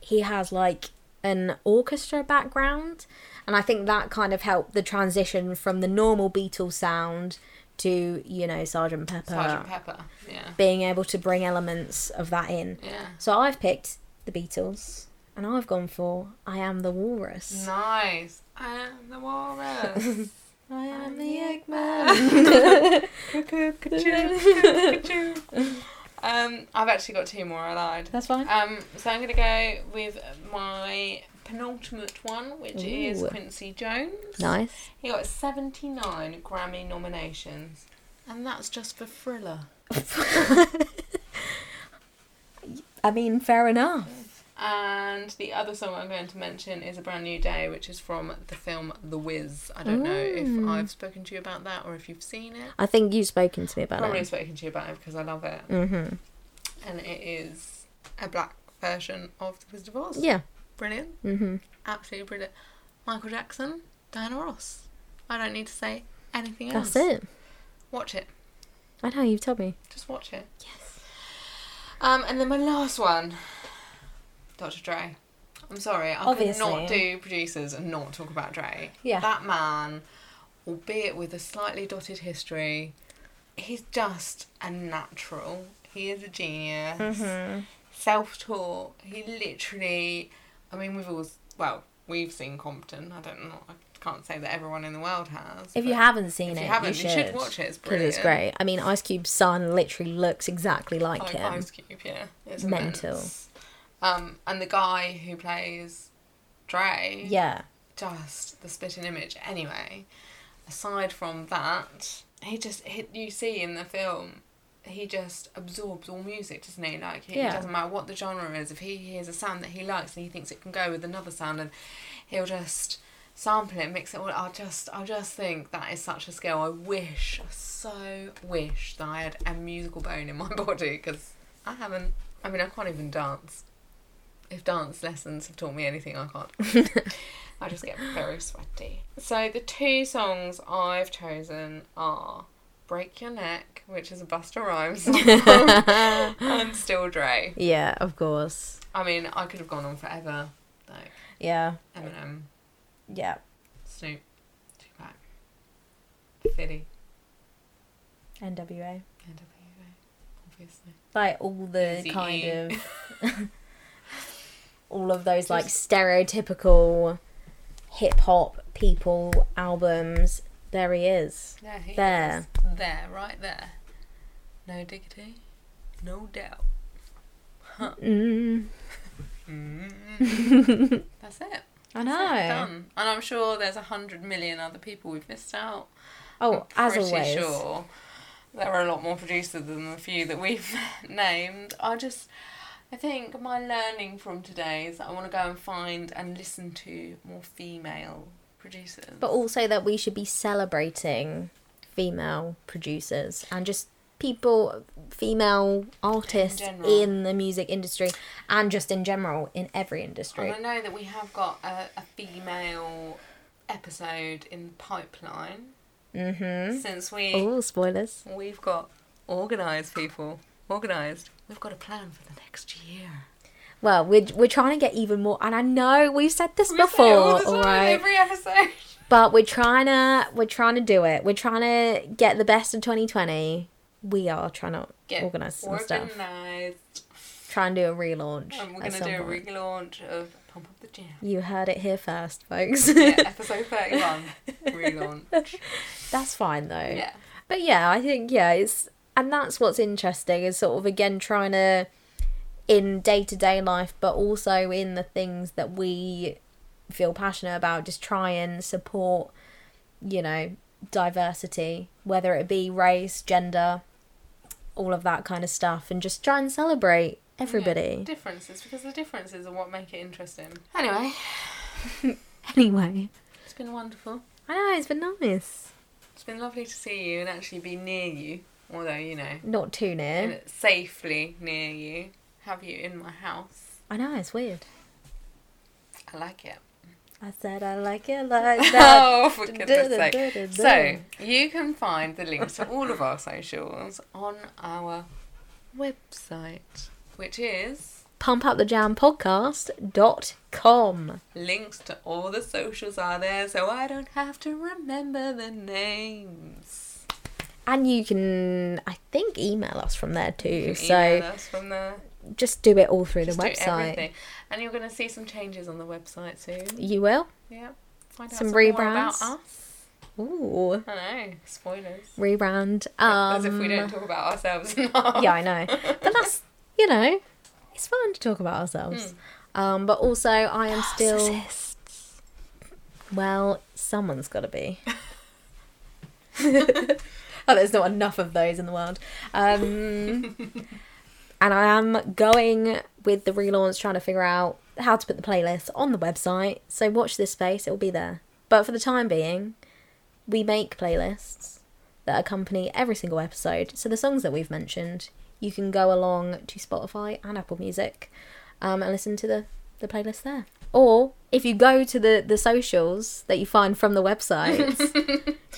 [SPEAKER 1] he has like an orchestra background. And I think that kind of helped the transition from the normal Beatles sound to, you know, Sergeant Pepper.
[SPEAKER 2] Sergeant Pepper. Yeah.
[SPEAKER 1] being able to bring elements of that in.
[SPEAKER 2] Yeah.
[SPEAKER 1] So I've picked the Beatles, and I've gone for I Am the Walrus.
[SPEAKER 2] Nice. I am the walrus.
[SPEAKER 1] I am the
[SPEAKER 2] Eggman. Cuckoo, cuckoo, cuckoo, cuckoo. um, I've actually got two more. I lied.
[SPEAKER 1] That's fine.
[SPEAKER 2] Um, so I'm gonna go with my penultimate one, which is
[SPEAKER 1] Ooh.
[SPEAKER 2] Quincy Jones.
[SPEAKER 1] Nice.
[SPEAKER 2] He got 79 Grammy nominations, and that's just for Thriller.
[SPEAKER 1] I mean, fair enough.
[SPEAKER 2] And the other song I'm going to mention is A Brand New Day, which is from the film The Wiz. I don't know if I've spoken to you about that or if you've seen it.
[SPEAKER 1] I think you've spoken to me about
[SPEAKER 2] Probably
[SPEAKER 1] it.
[SPEAKER 2] spoken to you about it because I love it.
[SPEAKER 1] Mm-hmm.
[SPEAKER 2] And it is a black version of The Wizard of Oz.
[SPEAKER 1] Yeah.
[SPEAKER 2] Brilliant.
[SPEAKER 1] Mm-hmm.
[SPEAKER 2] Absolutely brilliant. Michael Jackson, Diana Ross. I don't need to say anything else.
[SPEAKER 1] That's it.
[SPEAKER 2] Watch it.
[SPEAKER 1] I know you've told me.
[SPEAKER 2] Just watch it. Yes. Um, and then my last one, Dr. Dre. I'm sorry, I
[SPEAKER 1] Obviously.
[SPEAKER 2] could not do producers and not talk about Dre.
[SPEAKER 1] Yeah.
[SPEAKER 2] That man, albeit with a slightly dotted history, he's just a natural. He is a genius.
[SPEAKER 1] Mm-hmm.
[SPEAKER 2] Self-taught. He literally, I mean, we've all, well, we've seen Compton. I don't know. I can't say that everyone in the world has.
[SPEAKER 1] If
[SPEAKER 2] but
[SPEAKER 1] you haven't seen
[SPEAKER 2] if
[SPEAKER 1] it,
[SPEAKER 2] you haven't,
[SPEAKER 1] should.
[SPEAKER 2] watch it. It's
[SPEAKER 1] 'Cause
[SPEAKER 2] brilliant. Oh,
[SPEAKER 1] it's great. I mean, Ice Cube's son literally looks exactly like
[SPEAKER 2] Like
[SPEAKER 1] him.
[SPEAKER 2] Ice Cube, yeah. It's
[SPEAKER 1] Mental.
[SPEAKER 2] immense. Um, and the guy who plays Dre,
[SPEAKER 1] Yeah.
[SPEAKER 2] just the spitting image. Anyway, aside from that, he just he, you see in the film, he just absorbs all music, doesn't he? Like he,
[SPEAKER 1] Yeah.
[SPEAKER 2] it doesn't matter what the genre is. If he hears a sound that he likes and he thinks it can go with another sound, and he'll just sample it, mix it all. I just I just think that is such a skill. I wish, I so wish that I had a musical bone in my body because I haven't. I mean, I can't even dance. If dance lessons have taught me anything, I can't. I just get very sweaty. So the two songs I've chosen are Break Your Neck, which is a Buster Rhymes song, and Still Dre.
[SPEAKER 1] Yeah, of course.
[SPEAKER 2] I mean, I could have gone on forever. Like
[SPEAKER 1] Yeah.
[SPEAKER 2] Eminem,
[SPEAKER 1] Yeah.
[SPEAKER 2] Snoop, Tupac, Fiddy.
[SPEAKER 1] NWA.
[SPEAKER 2] NWA, obviously.
[SPEAKER 1] Like all the
[SPEAKER 2] Eazy-E.
[SPEAKER 1] kind of all of those like stereotypical hip hop people albums. There he is.
[SPEAKER 2] Yeah, he
[SPEAKER 1] There.
[SPEAKER 2] is. There, right there. No diggity, no doubt.
[SPEAKER 1] Mm.
[SPEAKER 2] Mm. That's it.
[SPEAKER 1] I know.
[SPEAKER 2] That's it, Done. And I'm sure there's a hundred million other people we've missed out.
[SPEAKER 1] Oh,
[SPEAKER 2] I'm
[SPEAKER 1] as
[SPEAKER 2] pretty
[SPEAKER 1] always.
[SPEAKER 2] sure there are a lot more producers than the few that we've named. I just, I think my learning from today is that I want to go and find and listen to more female producers.
[SPEAKER 1] But also that we should be celebrating female producers and just people, female artists in,
[SPEAKER 2] general.
[SPEAKER 1] the music industry and just in general in every industry.
[SPEAKER 2] And I know that we have got a, a female episode in the pipeline
[SPEAKER 1] Mm-hmm.
[SPEAKER 2] since we
[SPEAKER 1] Oh, spoilers.
[SPEAKER 2] we've got organised people organised. We've got a plan for the next year.
[SPEAKER 1] Well, we're, we're trying to get even more, and I know we've said this
[SPEAKER 2] We say it
[SPEAKER 1] before,
[SPEAKER 2] all the time,
[SPEAKER 1] alright?
[SPEAKER 2] every episode.
[SPEAKER 1] But we're trying to we're trying to do it. We're trying to get the best of 2020. We are trying to
[SPEAKER 2] Get
[SPEAKER 1] organize some stuff.
[SPEAKER 2] organised.
[SPEAKER 1] Try and do a relaunch.
[SPEAKER 2] And we're
[SPEAKER 1] at
[SPEAKER 2] going to
[SPEAKER 1] some
[SPEAKER 2] do a
[SPEAKER 1] point.
[SPEAKER 2] relaunch of Pump Up the Jam.
[SPEAKER 1] You heard it here first, folks.
[SPEAKER 2] Yeah, episode 31. relaunch.
[SPEAKER 1] That's fine though.
[SPEAKER 2] Yeah.
[SPEAKER 1] But yeah, I think yeah, it's and that's what's interesting is sort of again trying to in day to day life, but also in the things that we feel passionate about, just try and support, you know, diversity, whether it be race, gender, all of that kind of stuff, and just try and celebrate
[SPEAKER 2] Yeah,
[SPEAKER 1] everybody.
[SPEAKER 2] differences, because the differences are what make it interesting. Anyway,
[SPEAKER 1] Anyway,
[SPEAKER 2] it's been wonderful.
[SPEAKER 1] I know it's been nice.
[SPEAKER 2] It's been lovely to see you and actually be near you, although, you know,
[SPEAKER 1] Not too near.
[SPEAKER 2] safely near you, have you in my house.
[SPEAKER 1] I know it's weird.
[SPEAKER 2] I like it.
[SPEAKER 1] I said I like it like that.
[SPEAKER 2] oh, for goodness sake. So, you can find the links to all of our socials on our website, which is
[SPEAKER 1] pumpupthejampodcast.com.
[SPEAKER 2] links to all the socials are there, so I don't have to remember the names.
[SPEAKER 1] And you can, I think, email us from there too.
[SPEAKER 2] You can
[SPEAKER 1] So
[SPEAKER 2] email us from there.
[SPEAKER 1] just do it all through
[SPEAKER 2] Just
[SPEAKER 1] the
[SPEAKER 2] do
[SPEAKER 1] website.
[SPEAKER 2] everything. And you're going to see some changes on the website soon.
[SPEAKER 1] You will?
[SPEAKER 2] Yeah. Find out
[SPEAKER 1] Some
[SPEAKER 2] some, more about
[SPEAKER 1] rebrands.
[SPEAKER 2] us.
[SPEAKER 1] Ooh.
[SPEAKER 2] I know. Spoilers.
[SPEAKER 1] Rebrand. Um,
[SPEAKER 2] As if we don't talk about ourselves enough.
[SPEAKER 1] yeah, I know. But that's, you know, it's fun to talk about
[SPEAKER 2] Hmm.
[SPEAKER 1] ourselves. Um, but also, I
[SPEAKER 2] Oh,
[SPEAKER 1] am still. Well, someone's got to be. oh, there's not enough of those in the world. Um, and I am going with the relaunch, trying to figure out how to put the playlist on the website. So watch this space; it'll be there. But for the time being, we make playlists that accompany every single episode. So the songs that we've mentioned, you can go along to Spotify and Apple Music, um, and listen to the the playlist there. Or if you go to the the socials that you find from the websites,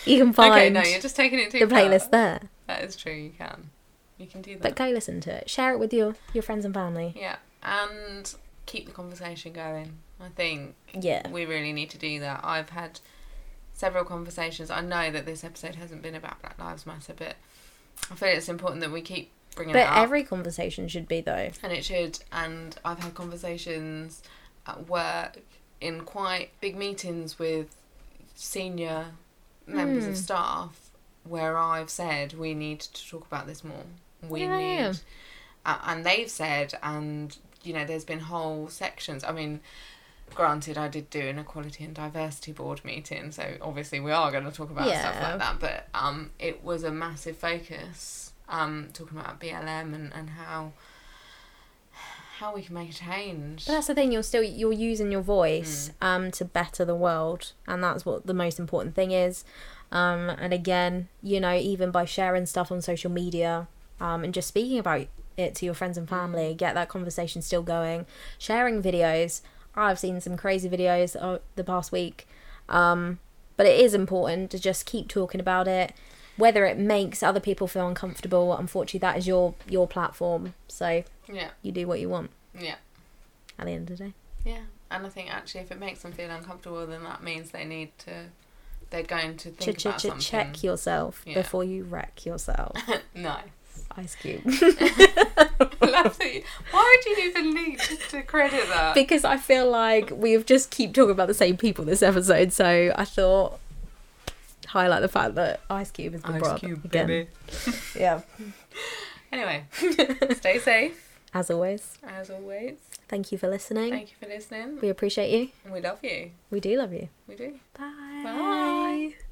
[SPEAKER 1] you can find
[SPEAKER 2] Okay, no, you're just taking it too
[SPEAKER 1] the
[SPEAKER 2] far.
[SPEAKER 1] playlist there.
[SPEAKER 2] That is true. You can. You can do that.
[SPEAKER 1] But go listen to it. Share it with your your friends and family.
[SPEAKER 2] Yeah, and keep the conversation going. I think
[SPEAKER 1] Yeah.
[SPEAKER 2] we really need to do that. I've had several conversations. I know that this episode hasn't been about Black Lives Matter, but I feel it's important that we keep bringing it
[SPEAKER 1] But
[SPEAKER 2] up.
[SPEAKER 1] every conversation should be though.
[SPEAKER 2] and it should. And I've had conversations at work in quite big meetings with senior members
[SPEAKER 1] Mm.
[SPEAKER 2] of staff where I've said we need to talk about this more. We
[SPEAKER 1] Yeah,
[SPEAKER 2] need,
[SPEAKER 1] yeah.
[SPEAKER 2] uh, and they've said, and you know, there's been whole sections. I mean, granted, I did do an equality and diversity board meeting, so obviously we are going to talk about stuff
[SPEAKER 1] Yeah.
[SPEAKER 2] like that. But um, it was a massive focus. Um, talking about BLM and, and how how we can make a change.
[SPEAKER 1] But that's the thing. You're still you're using your voice um to better the world, and that's what the most important thing is. Um, and again, you know, even by sharing stuff on social media, um, and just speaking about it to your friends and family, get that conversation still going. Sharing videos. I've seen some crazy videos uh, the past week. Um, but it is important to just keep talking about it. Whether it makes other people feel uncomfortable, unfortunately, that is your your platform. So
[SPEAKER 2] Yeah,
[SPEAKER 1] you do what you want
[SPEAKER 2] yeah,
[SPEAKER 1] at the end of the day.
[SPEAKER 2] yeah. And I think actually, if it makes them feel uncomfortable, then that means they need to they're going to think about something.
[SPEAKER 1] Check yourself
[SPEAKER 2] Yeah.
[SPEAKER 1] before you wreck yourself.
[SPEAKER 2] no.
[SPEAKER 1] Ice Cube.
[SPEAKER 2] Laugh at you. Why would you even need to credit that?
[SPEAKER 1] because I feel like we've just keep talking about the same people this episode, so I thought highlight the fact that Ice Cube has been brought up again. Yeah.
[SPEAKER 2] Anyway, stay safe
[SPEAKER 1] As always,
[SPEAKER 2] as always.
[SPEAKER 1] thank you for listening.
[SPEAKER 2] Thank you for listening.
[SPEAKER 1] We appreciate you.
[SPEAKER 2] We love you.
[SPEAKER 1] We do love you.
[SPEAKER 2] We do.
[SPEAKER 1] Bye.
[SPEAKER 2] Bye.